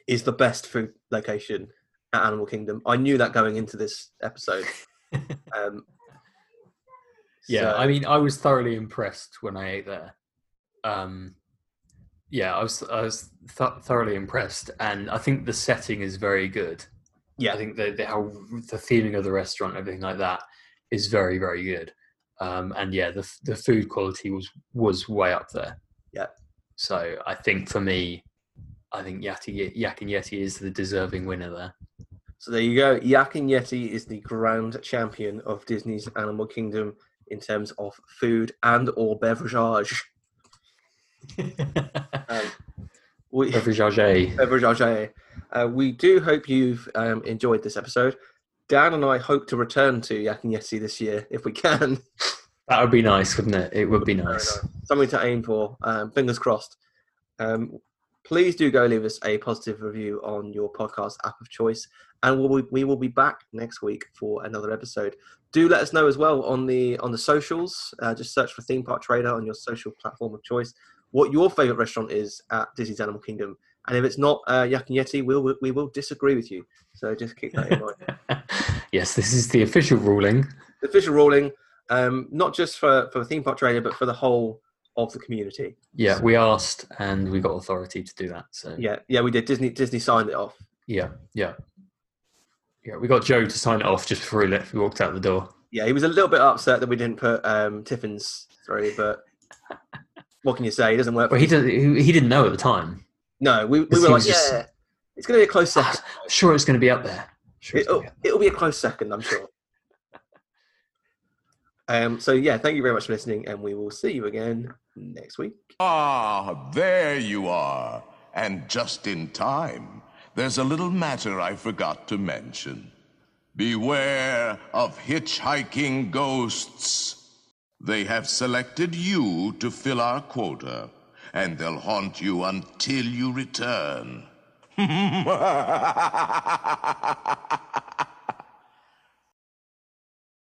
S1: is the best food location at Animal Kingdom. I knew that going into this episode. um,
S2: Yeah,
S1: So-
S2: I mean, I was thoroughly impressed when I ate there. Um, yeah, I was I was th- thoroughly impressed, and I think the setting is very good.
S1: Yeah.
S2: I think the, the how the theming of the restaurant, everything like that, is very very good. Um, and yeah, the f- the food quality was was way up there.
S1: Yeah.
S2: So I think for me, I think Yati Yak and Yeti is the deserving winner there.
S1: So there you go. Yak and Yeti is the grand champion of Disney's Animal Kingdom in terms of food and or beverage. Um, we,
S2: Beverage Jarget.
S1: beverage. Uh, we do hope you've um, enjoyed this episode. Dan and I hope to return to Yak and Yeti this year if we can.
S2: That would be nice, wouldn't it? It would be nice.
S1: Something to aim for. Um, fingers crossed. Um, please do go leave us a positive review on your podcast app of choice, and we'll be, we will be back next week for another episode. Do let us know as well on the on the socials. Uh, just search for Theme Park Trader on your social platform of choice. What your favourite restaurant is at Disney's Animal Kingdom, and if it's not uh, Yak and Yeti, we'll, we- we will disagree with you. So just keep that in mind.
S2: yes, this is the official ruling.
S1: the official ruling, um, not just for for Theme Park Trader, but for the whole of the community.
S2: Yeah, we asked and we got authority to do that. So
S1: Yeah, yeah, we did. Disney Disney signed it off.
S2: yeah, yeah, yeah. We got Joe to sign it off just before we left. We walked out the door.
S1: Yeah, he was a little bit upset that we didn't put um, Tiffin's through, but what can you say? It doesn't work.
S2: Well, he didn't. He he didn't know at the time.
S1: no, we, we
S2: This
S1: were like,
S2: seems just-
S1: yeah, it's going to be a close second.
S2: Ah, sure, it's going to be up there. Sure, it's gonna
S1: It'll,
S2: be up
S1: it'll be a close second, I'm sure. Um, so yeah, thank you very much for listening, and we will see you again next week.
S6: Ah, there you are. And just in time. There's a little matter I forgot to mention. Beware of hitchhiking ghosts. They have selected you to fill our quota, and they'll haunt you until you return.